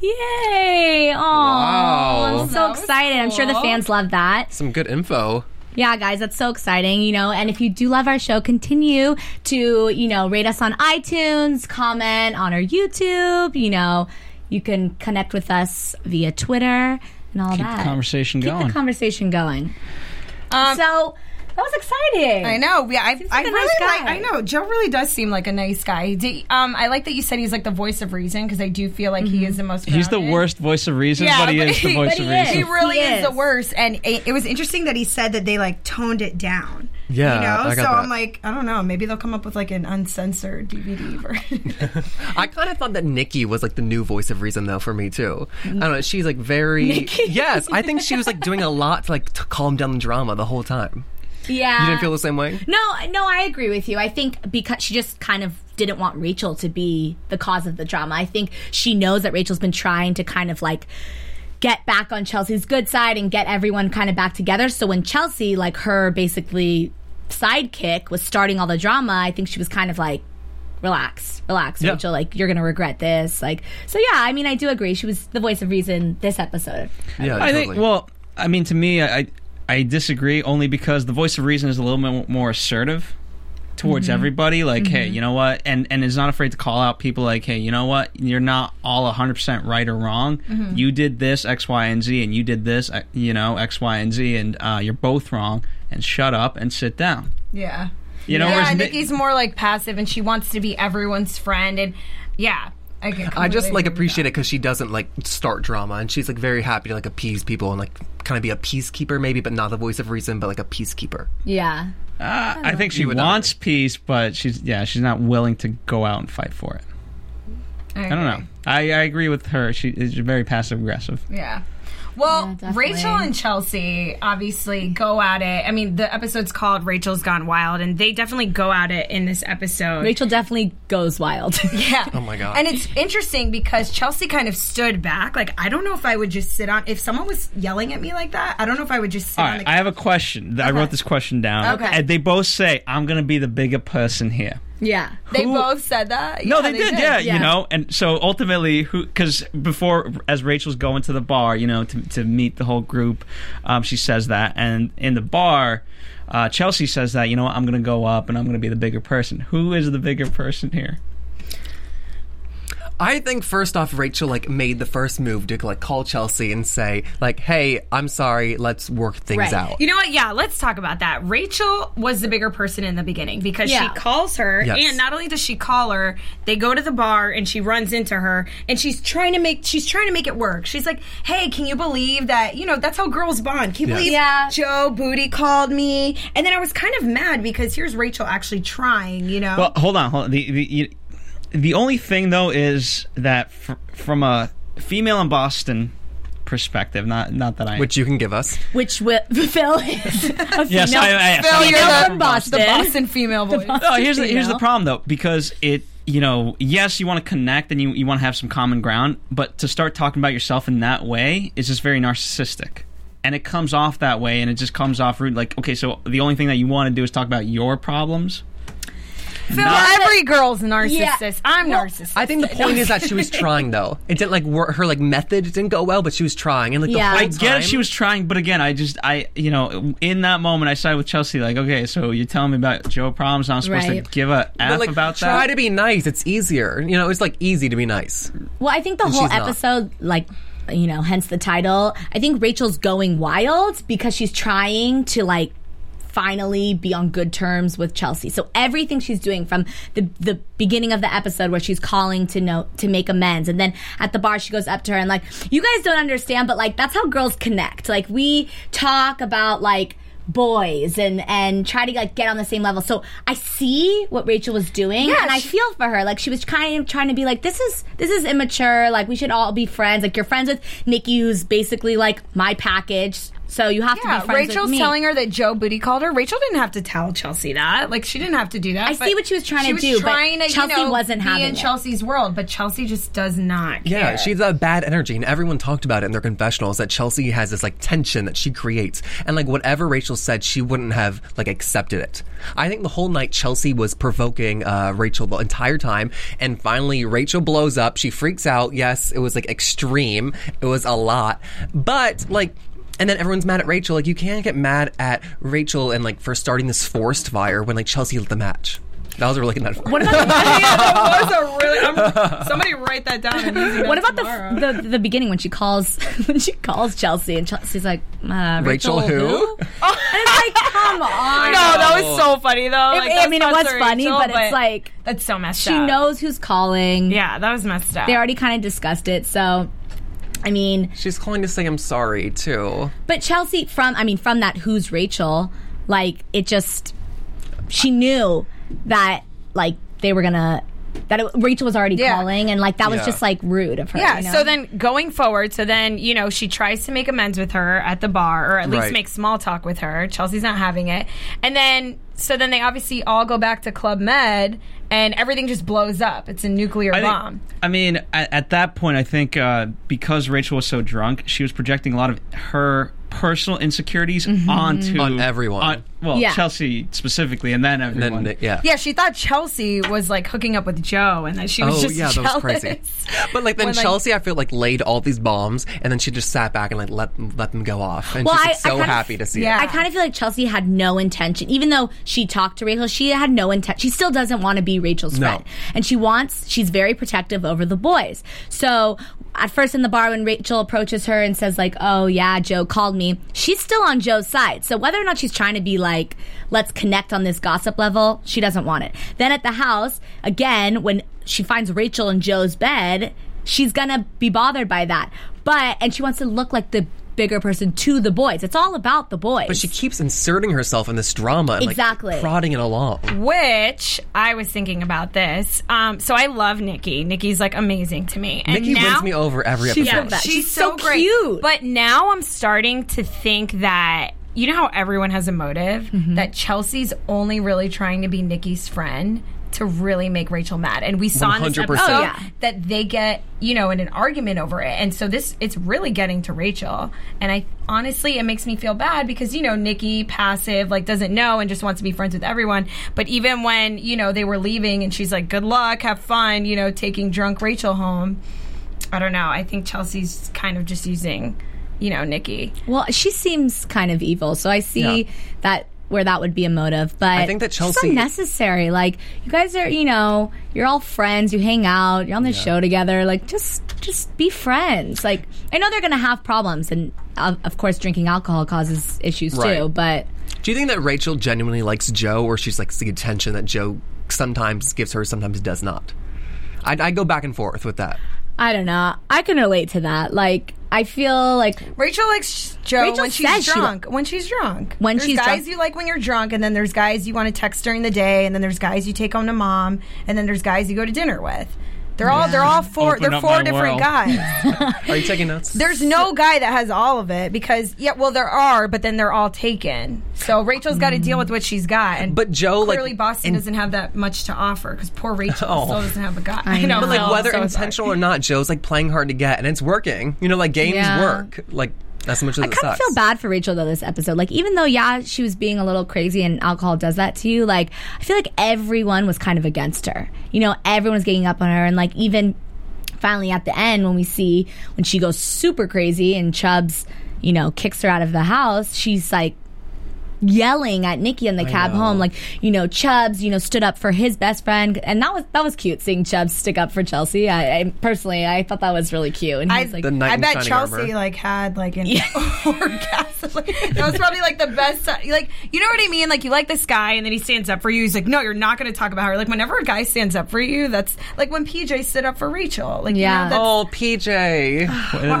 [SPEAKER 3] Yay. Oh,
[SPEAKER 4] Wow.
[SPEAKER 3] I'm so
[SPEAKER 6] That was
[SPEAKER 3] excited. I'm sure the
[SPEAKER 6] cool.
[SPEAKER 3] fans love that.
[SPEAKER 4] Some good info.
[SPEAKER 3] Yeah, guys, that's so exciting, you know. And if you do love our show, continue to, you know, rate us on iTunes, comment on our YouTube, you know, you can connect with us via Twitter and all
[SPEAKER 2] Keep
[SPEAKER 3] that.
[SPEAKER 2] the conversation
[SPEAKER 3] Keep
[SPEAKER 2] going.
[SPEAKER 3] the conversation going.
[SPEAKER 6] Um,
[SPEAKER 3] so that was exciting.
[SPEAKER 5] I know. Yeah, I, I
[SPEAKER 3] like a
[SPEAKER 5] really
[SPEAKER 3] nice
[SPEAKER 5] like.
[SPEAKER 3] guy.
[SPEAKER 5] I know Joe really does seem like a nice guy. Do- um, I like that you said he's like the voice of reason because I do feel like he
[SPEAKER 6] Mm-hmm.
[SPEAKER 5] is the most.
[SPEAKER 2] He's the
[SPEAKER 5] grounded.
[SPEAKER 2] worst voice of reason,
[SPEAKER 5] Yeah,
[SPEAKER 2] but he
[SPEAKER 5] but
[SPEAKER 2] is the
[SPEAKER 5] he-
[SPEAKER 2] voice
[SPEAKER 3] but
[SPEAKER 2] of
[SPEAKER 3] he is.
[SPEAKER 2] reason.
[SPEAKER 5] He really
[SPEAKER 3] He
[SPEAKER 5] is. the
[SPEAKER 3] is.
[SPEAKER 5] worst, and it, it was interesting that he said that they like toned it down.
[SPEAKER 4] Yeah,
[SPEAKER 5] you know.
[SPEAKER 4] I
[SPEAKER 5] so
[SPEAKER 4] got
[SPEAKER 5] I'm
[SPEAKER 4] that.
[SPEAKER 5] like, I don't know. Maybe they'll come up with like an uncensored DVD version.
[SPEAKER 4] I kind of thought that Nikki was like the new voice of reason though for me too. I don't know. She's like very yes. I think she was like doing a lot to like to calm down the drama the whole time.
[SPEAKER 3] yeah.
[SPEAKER 4] You didn't feel the same way.
[SPEAKER 3] No, no, I agree with you. I think because she just kind of didn't want Rachel to be the cause of the drama. I think she knows that Rachel's been trying to kind of like get back on Chelsea's good side and get everyone kind of back together. So when Chelsea, like her basically sidekick, was starting all the drama, I think she was kind of like, relax, relax,
[SPEAKER 2] Yeah.
[SPEAKER 3] Rachel. Like you're gonna regret this. Like so, yeah. I mean, I do agree. She was the voice of reason this episode.
[SPEAKER 2] Uh,
[SPEAKER 4] Yeah,
[SPEAKER 2] I
[SPEAKER 4] totally.
[SPEAKER 2] think. Well, I mean, to me, I I- I disagree only because the voice of reason is a little bit more assertive towards everybody. Like, hey, you know what? And and is not afraid to call out people. Like, hey, you know what? You're not all 100 percent right or wrong. You did this X, Y, and Z, and you did this, uh, you know, X, Y, and Z, and uh, you're both wrong. And shut up and sit down.
[SPEAKER 6] Yeah.
[SPEAKER 2] You know,
[SPEAKER 6] yeah,
[SPEAKER 2] whereas
[SPEAKER 6] I
[SPEAKER 2] Ni-
[SPEAKER 6] think he's more like passive, and she wants to be everyone's friend, and yeah. I, get
[SPEAKER 4] I
[SPEAKER 6] completely
[SPEAKER 4] just like
[SPEAKER 6] agree with
[SPEAKER 4] appreciate it because she doesn't like start drama, and she's like very happy to like appease people and like kind of be a peacekeeper, maybe, but not the voice of reason, but like a peacekeeper.
[SPEAKER 3] Yeah.
[SPEAKER 2] Uh, I think she
[SPEAKER 4] would not
[SPEAKER 2] wants peace, but she's yeah, she's not willing to go out and fight for it.
[SPEAKER 6] that.
[SPEAKER 2] I don't know. I, I agree with her. She is very passive aggressive.
[SPEAKER 6] Yeah. Well,
[SPEAKER 3] Yeah, definitely.
[SPEAKER 6] Rachel and Chelsea obviously go at it. I mean, the episode's called Rachel's Gone Wild, and they definitely go at it in this episode.
[SPEAKER 3] Rachel definitely goes wild.
[SPEAKER 6] Yeah.
[SPEAKER 4] Oh my God.
[SPEAKER 6] And it's interesting because Chelsea kind of stood back. Like, I don't know if I would just sit on, if someone was yelling at me like that, I don't know if I would just sit
[SPEAKER 2] All
[SPEAKER 6] on
[SPEAKER 2] right,
[SPEAKER 6] the
[SPEAKER 2] I have a question. I wrote this question down.
[SPEAKER 6] Okay.
[SPEAKER 2] And they both say, I'm going to be the bigger person here.
[SPEAKER 3] yeah.
[SPEAKER 6] They
[SPEAKER 2] Who-
[SPEAKER 6] both said that?
[SPEAKER 2] No,
[SPEAKER 6] Yeah,
[SPEAKER 2] they, did, yeah,
[SPEAKER 3] yeah.
[SPEAKER 2] you know? And so ultimately, who, because before, as Rachel's going to the bar, you know, to, to meet the whole group, um, she says that. And in the bar, uh, Chelsea says that, you know, what, I'm going to go up and I'm going to be the bigger person. Who is the bigger person here?
[SPEAKER 4] I think first off, Rachel like made the first move to like call Chelsea and say like, "Hey, I'm sorry. Let's work things
[SPEAKER 3] Right.
[SPEAKER 4] out."
[SPEAKER 6] You know what? Yeah, let's talk about that. Rachel was the bigger person in the beginning because
[SPEAKER 3] Yeah.
[SPEAKER 6] she calls her,
[SPEAKER 4] Yes.
[SPEAKER 6] and not only does she call her, they go to the bar and she runs into her, and she's trying to make she's trying to make it work. She's like, "Hey, can you believe that? You know, that's how girls bond. Can you believe
[SPEAKER 3] Yeah.
[SPEAKER 6] Joe Booty called me?" And then I was kind of mad because here's Rachel actually trying. You know,
[SPEAKER 2] Well, hold on, hold on. The the you, the only thing though is that fr- from a female in Boston perspective, not not that I
[SPEAKER 4] Which you can give us.
[SPEAKER 3] Which wi- Phil is a female.
[SPEAKER 2] yes, I, I, yes,
[SPEAKER 6] Phil,
[SPEAKER 2] I'm
[SPEAKER 6] you're
[SPEAKER 2] not
[SPEAKER 6] the-
[SPEAKER 2] from
[SPEAKER 3] Boston.
[SPEAKER 6] female voice.
[SPEAKER 2] No, Oh, here's the, here's
[SPEAKER 3] female.
[SPEAKER 2] the problem though because it you know yes you want to connect and you you want to have some common ground, but to start talking about yourself in that way is just very narcissistic. And it comes off that way, and it just comes off rude. Like, okay, so the only thing that you want to do is talk about your problems.
[SPEAKER 6] Phil, every girl's narcissist.
[SPEAKER 3] Yeah.
[SPEAKER 6] I'm
[SPEAKER 3] Well,
[SPEAKER 6] narcissist.
[SPEAKER 4] I think the point is that she was trying though. It didn't like work. Her like method didn't go well, but she was trying. And like
[SPEAKER 3] Yeah.
[SPEAKER 4] the
[SPEAKER 2] I
[SPEAKER 4] whole
[SPEAKER 2] get
[SPEAKER 4] time-
[SPEAKER 2] it, she was trying, but again, I just, I, you know, in that moment, I sided with Chelsea. Like, okay, so you're telling me about Joe problems. I'm supposed
[SPEAKER 3] Right.
[SPEAKER 2] to give a f
[SPEAKER 4] But, like,
[SPEAKER 2] about
[SPEAKER 4] try
[SPEAKER 2] that.
[SPEAKER 4] to be nice. It's easier. You know, it's like easy to be nice.
[SPEAKER 3] Well, I think the whole
[SPEAKER 4] she's not.
[SPEAKER 3] episode, like, you know, hence the title, I think Rachel's going wild because she's trying to, like, finally be on good terms with Chelsea. So everything she's doing from the the beginning of the episode where she's calling to know to make amends and then at the bar she goes up to her and like you guys don't understand but like that's how girls connect. Like we talk about like boys and and try to like get on the same level. So I see what Rachel was doing and I feel for her. Like she was kind of trying to be like this is this is immature. Like we should all be friends. Like you're friends with Nikki who's basically like my package. So you have to
[SPEAKER 6] Yeah,
[SPEAKER 3] be friends
[SPEAKER 6] Rachel's
[SPEAKER 3] with me.
[SPEAKER 6] telling her that Joe Booty called her. Rachel didn't have to tell Chelsea that. Like she didn't have to do that.
[SPEAKER 3] I see what she was trying to do, but Chelsea wasn't
[SPEAKER 6] be
[SPEAKER 3] having
[SPEAKER 6] in
[SPEAKER 3] it.
[SPEAKER 6] Chelsea's world, but Chelsea just does not. Care.
[SPEAKER 4] Yeah, she's a bad energy, and everyone talked about it in their confessionals that Chelsea has this like tension that she creates, and like whatever Rachel said, she wouldn't have like accepted it. I think the whole night Chelsea was provoking uh, Rachel the entire time, and finally Rachel blows up. She freaks out. Yes, it was like extreme. It was a lot, but like. And then everyone's mad at Rachel. Like you can't get mad at Rachel and like for starting this forced fire when like Chelsea lit the match. That was a really good metaphor.
[SPEAKER 6] that was a really. I'm, somebody write that down. And use it
[SPEAKER 3] What about
[SPEAKER 6] tomorrow.
[SPEAKER 3] the, the the beginning when she calls when she calls Chelsea and Chelsea's like uh, Rachel,
[SPEAKER 4] Rachel who?
[SPEAKER 3] and it's like come on.
[SPEAKER 6] No, that was so funny though.
[SPEAKER 3] Oh. It-
[SPEAKER 6] Like,
[SPEAKER 3] I
[SPEAKER 6] that's
[SPEAKER 3] mean, it
[SPEAKER 6] not
[SPEAKER 3] was
[SPEAKER 6] so
[SPEAKER 3] funny,
[SPEAKER 6] Rachel,
[SPEAKER 3] but it's like
[SPEAKER 6] that's so messed
[SPEAKER 3] she
[SPEAKER 6] up.
[SPEAKER 3] knows who's calling.
[SPEAKER 6] Yeah, that was messed up.
[SPEAKER 3] they already kind of discussed it. So, I mean,
[SPEAKER 4] She's calling to say I'm sorry too.
[SPEAKER 3] but Chelsea from I mean from that who's Rachel? Like it just she knew that like they were gonna that it, Rachel was already
[SPEAKER 6] Yeah.
[SPEAKER 3] calling and like that was
[SPEAKER 4] Yeah.
[SPEAKER 3] just like rude of her.
[SPEAKER 6] Yeah.
[SPEAKER 3] you know?
[SPEAKER 6] So then going forward, so then you know she tries to make amends with her at the bar, or at least
[SPEAKER 4] Right.
[SPEAKER 6] make small talk with her. Chelsea's not having it, and then so then they obviously all go back to Club Med,
[SPEAKER 5] and everything just blows up. It's a nuclear
[SPEAKER 2] I think-
[SPEAKER 5] bomb.
[SPEAKER 2] I mean, at, at that point, I think uh, because Rachel was so drunk, she was projecting a lot of her personal insecurities onto
[SPEAKER 4] On everyone.
[SPEAKER 2] well,
[SPEAKER 3] Yeah.
[SPEAKER 2] Chelsea specifically, and then
[SPEAKER 4] And
[SPEAKER 2] everyone.
[SPEAKER 4] then, yeah.
[SPEAKER 5] Yeah, she thought Chelsea was like hooking up with Joe, and that she was
[SPEAKER 4] oh
[SPEAKER 5] just
[SPEAKER 4] yeah, that
[SPEAKER 5] jealous.
[SPEAKER 4] was crazy. But like then
[SPEAKER 5] When, like-
[SPEAKER 4] Chelsea, I feel like laid all these bombs, and then she just sat back and like let let them go off, and she's like, so
[SPEAKER 3] kinda
[SPEAKER 4] happy
[SPEAKER 3] f-
[SPEAKER 4] to see
[SPEAKER 5] Yeah.
[SPEAKER 4] it.
[SPEAKER 3] I kind of feel like Chelsea had no intention, even though she talked to Rachel. She had no intent. She still doesn't want to be Rachel's
[SPEAKER 4] No.
[SPEAKER 3] friend, and she wants. She's very protective over the boys. So at first in the bar, when Rachel approaches her and says like, "Oh yeah, Joe called me," she's still on Joe's side. So whether or not she's trying to be like, "Let's connect on this gossip level," she doesn't want it. Then at the house again, when she finds Rachel in Joe's bed, she's gonna be bothered by that. But and she wants to look like the bigger person to the boys. It's all about the boys.
[SPEAKER 4] But she keeps inserting herself in this drama, and, like,
[SPEAKER 3] Exactly.
[SPEAKER 4] prodding it along.
[SPEAKER 6] Which I was thinking about this. Um, so I love Nikki. Nikki's like amazing to me. And
[SPEAKER 4] Nikki
[SPEAKER 6] now,
[SPEAKER 4] wins me over every episode.
[SPEAKER 3] She's the best.
[SPEAKER 6] She's,
[SPEAKER 3] She's
[SPEAKER 6] so,
[SPEAKER 3] so
[SPEAKER 6] great.
[SPEAKER 3] cute.
[SPEAKER 6] But now I'm starting to think that you know how everyone has a motive
[SPEAKER 3] Mm-hmm.
[SPEAKER 6] that Chelsea's only really trying to be Nikki's friend to really make Rachel mad. And we saw in this
[SPEAKER 4] 100%.
[SPEAKER 6] episode
[SPEAKER 3] Oh, yeah.
[SPEAKER 6] that they get, you know, in an argument over it. And so this it's really getting to Rachel. And I honestly it makes me feel bad because, you know, Nikki passive, like doesn't know and just wants to be friends with everyone. But even when, you know, they were leaving and she's like, Good luck, have fun, you know, taking drunk Rachel home. I don't know. I think Chelsea's kind of just using, you know, Nikki.
[SPEAKER 3] well, she seems kind of evil, so I see
[SPEAKER 4] Yeah.
[SPEAKER 3] that where that would be a motive. But
[SPEAKER 4] I think that Chelsea-
[SPEAKER 3] it's unnecessary. Like you guys are, you know, you're all friends. You hang out. You're on the show together. Like just, just be friends. Like I know they're gonna have problems, and of, of course, drinking alcohol causes issues too.
[SPEAKER 4] Right.
[SPEAKER 3] But
[SPEAKER 4] Do you think that Rachel genuinely likes Joe, or she's like the attention that Joe sometimes gives her, sometimes does not? I, I go back and forth with that.
[SPEAKER 3] I don't know. I can relate to that. Like I feel like
[SPEAKER 5] Rachel likes Joe
[SPEAKER 3] Rachel
[SPEAKER 5] when she's
[SPEAKER 3] says she
[SPEAKER 5] drunk. when she's drunk.
[SPEAKER 3] When
[SPEAKER 5] there's
[SPEAKER 3] she's
[SPEAKER 5] guys
[SPEAKER 3] drunk.
[SPEAKER 5] you like when you're drunk, and then there's guys you want to text during the day, and then there's guys you take home to mom, and then there's guys you go to dinner with. They're all they're all four
[SPEAKER 2] Open
[SPEAKER 5] they're
[SPEAKER 2] up
[SPEAKER 5] four
[SPEAKER 2] my
[SPEAKER 5] different
[SPEAKER 2] world.
[SPEAKER 5] guys.
[SPEAKER 4] Are you taking notes?
[SPEAKER 5] There's no guy that has all of it because yeah, well there are, but then they're all taken. So Rachel's got to deal with what she's got. And
[SPEAKER 4] But Joe, like,
[SPEAKER 5] clearly Boston
[SPEAKER 4] in-
[SPEAKER 5] doesn't have that much to offer because poor Rachel
[SPEAKER 4] Oh.
[SPEAKER 5] still doesn't have a guy. I
[SPEAKER 3] know.
[SPEAKER 5] know,
[SPEAKER 3] But,
[SPEAKER 4] like
[SPEAKER 5] Phil,
[SPEAKER 4] whether
[SPEAKER 5] so sorry.
[SPEAKER 4] intentional or not, Joe's like playing hard to get, and it's working. You know, like games
[SPEAKER 3] Yeah.
[SPEAKER 4] work. Like as much as
[SPEAKER 3] I
[SPEAKER 4] it
[SPEAKER 3] kind of
[SPEAKER 4] sucks.
[SPEAKER 3] feel bad for Rachel though this episode. Like even though yeah, she was being a little crazy and alcohol does that to you, like I feel like everyone was kind of against her. You know, everyone was getting up on her and like even finally at the end when we see when she goes super crazy and Chubbs, you know, kicks her out of the house, she's like yelling at Nikki on the cab
[SPEAKER 4] know.
[SPEAKER 3] home like you know Chubbs you know stood up for his best friend and that was that was cute seeing Chubbs stick up for Chelsea I, I personally I thought that was really cute and he
[SPEAKER 5] I-
[SPEAKER 3] was like
[SPEAKER 4] The knight
[SPEAKER 5] I
[SPEAKER 4] in
[SPEAKER 5] bet
[SPEAKER 4] shining
[SPEAKER 5] Chelsea
[SPEAKER 4] armor.
[SPEAKER 5] like had like an orgasm. Like, that was probably like the best. ti- Like you know what I mean? Like you like this guy, and then he stands up for you. He's like, no, you're not going to talk about her. Like whenever a guy stands up for you, that's like when PJ stood up for Rachel. Like
[SPEAKER 3] Yeah.
[SPEAKER 5] yeah, you know,
[SPEAKER 4] Oh, PJ.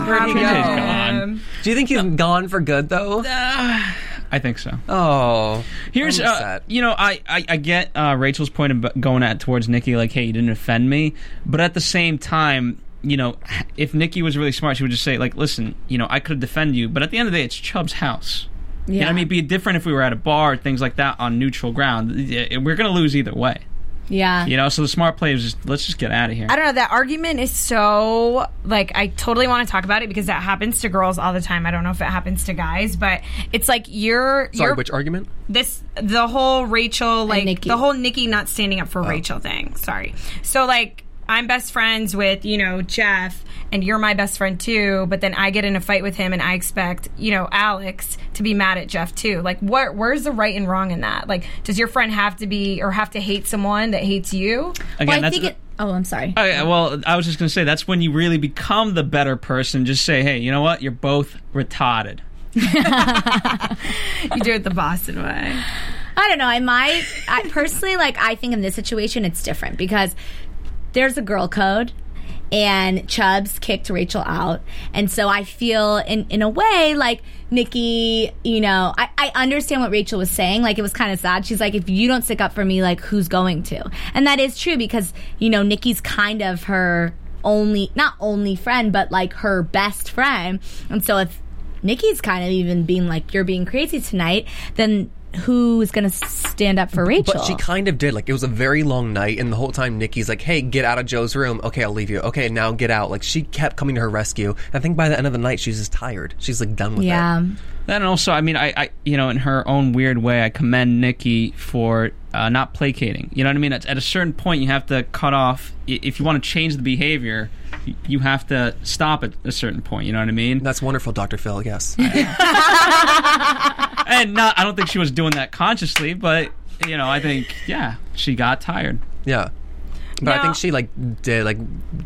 [SPEAKER 2] Where'd
[SPEAKER 5] he
[SPEAKER 4] go?
[SPEAKER 2] gone.
[SPEAKER 4] Do you think he's gone for good though?
[SPEAKER 2] I think so.
[SPEAKER 4] Oh,
[SPEAKER 2] Uh, Here's,
[SPEAKER 4] I'm
[SPEAKER 2] uh,
[SPEAKER 4] upset.
[SPEAKER 2] you know, I, I, I get uh, Rachel's point of going at towards Nikki, like, hey, you didn't offend me. But at the same time, you know, if Nikki was really smart, she would just say, like, listen, you know, I could defend you, but at the end of the day, it's Chubb's house. Yeah. You know, what I
[SPEAKER 3] Yeah.
[SPEAKER 2] mean, it'd be different if we were at a bar, things like that, on neutral ground. Yeah, We're gonna lose either way.
[SPEAKER 3] yeah
[SPEAKER 2] You know, so the smart play is just let's just get out of here.
[SPEAKER 6] I don't know. That argument is so like I totally want to talk about it because that happens to girls all the time. I don't know if it happens to guys, but it's like you're
[SPEAKER 4] sorry.
[SPEAKER 6] you're
[SPEAKER 4] Which argument?
[SPEAKER 6] this the whole Rachel like
[SPEAKER 3] Nikki.
[SPEAKER 6] the whole Nikki not standing up for Rachel thing. Sorry. So like I'm best friends with, you know, Jeff and you're my best friend too, but then I get in a fight with him and I expect, you know, Alex to be mad at Jeff too. Like what where's the right and wrong in that? Like does your friend have to be or have to hate someone that hates you?
[SPEAKER 2] Again,
[SPEAKER 3] well, I
[SPEAKER 2] that's
[SPEAKER 3] think it oh I'm sorry
[SPEAKER 2] Oh, yeah, well, I was just gonna say that's when you really become the better person. Just say, hey, you know what? You're both retarded.
[SPEAKER 6] You do it the Boston way.
[SPEAKER 3] I don't know. I might. I personally like. I think in this situation, it's different because there's a girl code, and Chubbs kicked Rachel out, and so I feel in in a way like Nikki. You know, I I understand what Rachel was saying. Like it was kind of sad. She's like, if you don't stick up for me, like who's going to? And that is true because you know Nikki's kind of her only not only friend but like her best friend and so if Nikki's kind of even being like, you're being crazy tonight, then who is going to stand up for Rachel.
[SPEAKER 4] But she kind of did. Like it was a very long night, and the whole time Nikki's like, "Hey, get out of Joe's room. Okay, I'll leave you. Okay, now get out." Like she kept coming to her rescue. And I think by the end of the night, she's just tired. She's like done with
[SPEAKER 3] yeah.
[SPEAKER 4] it.
[SPEAKER 2] Then also, I mean, I, I, you know, in her own weird way, I commend Nikki for uh, not placating. You know what I mean? At, at a certain point, you have to cut off. i- If you want to change the behavior, y- you have to stop at a certain point. You know what I mean?
[SPEAKER 4] That's wonderful, Doctor Phil. Yes.
[SPEAKER 2] And not, I don't think she was doing that consciously, but you know, I think yeah, she got tired.
[SPEAKER 4] yeah. But I
[SPEAKER 6] Now-
[SPEAKER 4] think she like did like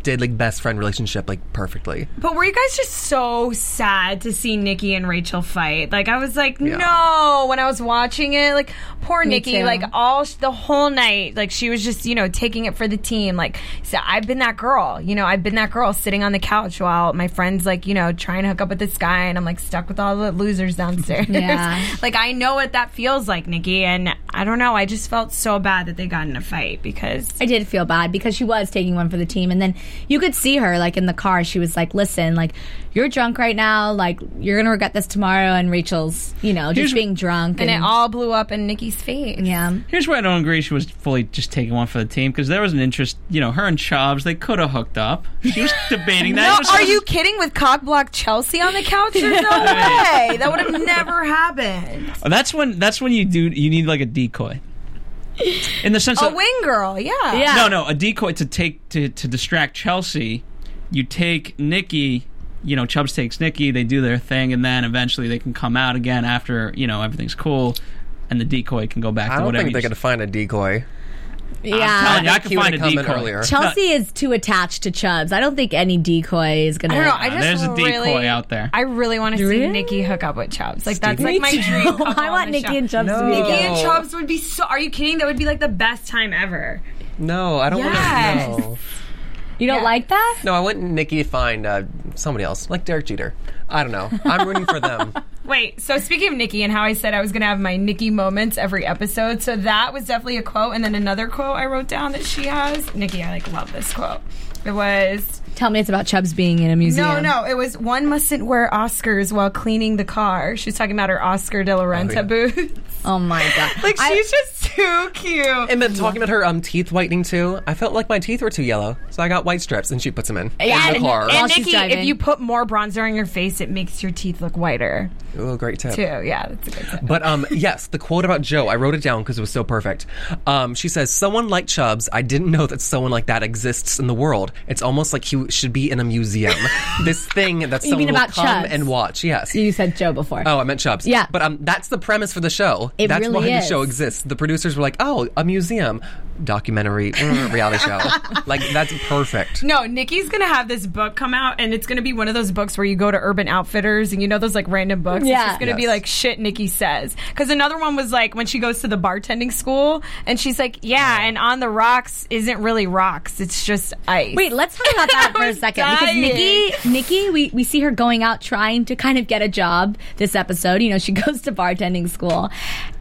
[SPEAKER 4] did like best friend relationship like perfectly.
[SPEAKER 6] But were you guys just so sad to see Nikki and Rachel fight? Like I was like,
[SPEAKER 4] Yeah.
[SPEAKER 6] no. When I was watching it, like poor
[SPEAKER 3] Me
[SPEAKER 6] Nikki,
[SPEAKER 3] too.
[SPEAKER 6] like all sh- the whole night, like she was just you know taking it for the team. Like so I've been that girl, you know, I've been that girl sitting on the couch while my friends like you know trying to hook up with this guy, and I'm like stuck with all the losers downstairs.
[SPEAKER 3] Yeah.
[SPEAKER 6] like I know what that feels like, Nikki, and I don't know. I just felt so bad that they got in a fight because
[SPEAKER 3] I did feel bad because she was taking one for the team. And then you could see her, like, in the car. She was like, listen, like, you're drunk right now. Like, you're going to regret this tomorrow. And Rachel's, you know, just being drunk.
[SPEAKER 6] and it all blew up in Nikki's face.
[SPEAKER 3] Yeah.
[SPEAKER 2] Here's where I don't agree. She was fully just taking one for the team because there was an interest. You know, her and Chubbs, they could have hooked up. She was debating that.
[SPEAKER 6] No,
[SPEAKER 2] It was-
[SPEAKER 6] are you kidding with cockblock Chelsea on the couch? There's no way. That would have never happened.
[SPEAKER 2] That's when. That's when you do. You need like a decoy. In the sense
[SPEAKER 6] A
[SPEAKER 2] of
[SPEAKER 6] wing girl, Oh, yeah.
[SPEAKER 3] Yeah.
[SPEAKER 2] No, no, a decoy to take to, to distract Chelsea. You take Nikki. You know, Chubbs takes Nikki. They do their thing, and then eventually they can come out again after you know everything's cool, and the decoy can go back
[SPEAKER 4] I
[SPEAKER 2] to
[SPEAKER 4] don't
[SPEAKER 2] whatever.
[SPEAKER 4] think they're
[SPEAKER 2] you
[SPEAKER 4] gonna find a decoy.
[SPEAKER 2] telling Uh, you,
[SPEAKER 3] Yeah.
[SPEAKER 2] I can
[SPEAKER 4] He
[SPEAKER 2] find a
[SPEAKER 4] would've come in
[SPEAKER 2] decoy.
[SPEAKER 4] earlier.
[SPEAKER 3] Chelsea is too attached to Chubbs. I don't think any decoy is going
[SPEAKER 6] I
[SPEAKER 3] to.
[SPEAKER 6] don't know. I
[SPEAKER 2] Yeah,
[SPEAKER 6] just
[SPEAKER 2] there's a decoy
[SPEAKER 6] really-
[SPEAKER 2] out there.
[SPEAKER 6] I really want to see
[SPEAKER 3] Really?
[SPEAKER 6] Nikki hook up with Chubbs. Like that's
[SPEAKER 3] Me
[SPEAKER 6] like my
[SPEAKER 3] too.
[SPEAKER 6] dream. couple
[SPEAKER 3] I
[SPEAKER 6] on
[SPEAKER 3] want
[SPEAKER 6] the
[SPEAKER 3] Nikki
[SPEAKER 6] show.
[SPEAKER 3] and Chubbs to
[SPEAKER 4] No.
[SPEAKER 3] be
[SPEAKER 6] Nikki
[SPEAKER 3] together.
[SPEAKER 2] Oh.
[SPEAKER 6] and Chubbs would be so. Are you kidding? That would be like the best time ever.
[SPEAKER 4] No, I don't
[SPEAKER 6] Yes.
[SPEAKER 4] want to. No.
[SPEAKER 3] You don't
[SPEAKER 6] Yeah.
[SPEAKER 3] like that?
[SPEAKER 4] no, I want Nikki to find uh, somebody else, like Derek Jeter. I don't know. I'm rooting for them.
[SPEAKER 6] Wait. So speaking of Nikki and how I said I was going to have my Nikki moments every episode, so that was definitely a quote. And then another quote I wrote down that she has. Nikki, I like love this quote. It was.
[SPEAKER 3] Tell me it's about Chubbs being in a museum.
[SPEAKER 6] No, no, it was one mustn't wear Oscars while cleaning the car. She's talking about her Oscar de la Renta
[SPEAKER 4] yeah.
[SPEAKER 6] booth.
[SPEAKER 3] Oh my god.
[SPEAKER 6] like she's
[SPEAKER 3] I-
[SPEAKER 6] just too cute.
[SPEAKER 4] And then talking about her um, teeth whitening too, I felt like my teeth were too yellow, so I got white strips, and she puts them in in
[SPEAKER 3] Yeah,
[SPEAKER 4] the car.
[SPEAKER 3] While
[SPEAKER 6] And
[SPEAKER 3] she's
[SPEAKER 6] Nikki,
[SPEAKER 3] driving.
[SPEAKER 6] if you put more bronzer on your face, it makes your teeth look whiter
[SPEAKER 4] Oh, great tip.
[SPEAKER 6] too. Yeah, that's a good tip.
[SPEAKER 4] But um, yes, the quote about Joe, I wrote it down because it was so perfect. Um, she says, "Someone like Chubbs, I didn't know that someone like that exists in the world. It's almost like he should be in a museum. this thing that someone
[SPEAKER 3] mean
[SPEAKER 4] will
[SPEAKER 3] about
[SPEAKER 4] come
[SPEAKER 3] Chubbs?
[SPEAKER 4] and watch. Yes,
[SPEAKER 3] You said Joe before.
[SPEAKER 4] Oh, I meant Chubbs.
[SPEAKER 3] Yeah.
[SPEAKER 4] But um, that's the premise for the show.
[SPEAKER 3] It
[SPEAKER 4] that's
[SPEAKER 3] really
[SPEAKER 4] why
[SPEAKER 3] is.
[SPEAKER 4] the show exists. The producers were like, oh, a museum, documentary, mm, reality show. Like, that's perfect.
[SPEAKER 6] No, Nikki's gonna have this book come out, and it's gonna be one of those books where you go to Urban Outfitters and you know those like random books.
[SPEAKER 3] Yeah.
[SPEAKER 6] it's just gonna be
[SPEAKER 4] Yes.
[SPEAKER 6] like shit Nikki says. Because another one was like when she goes to the bartending school, and she's like, yeah, and on the rocks isn't really rocks; it's just ice.
[SPEAKER 3] Wait, let's talk about that for a
[SPEAKER 6] I'm
[SPEAKER 3] second
[SPEAKER 6] dying.
[SPEAKER 3] because Nikki, Nikki, we, we see her going out trying to kind of get a job this episode. You know, she goes to bartending school,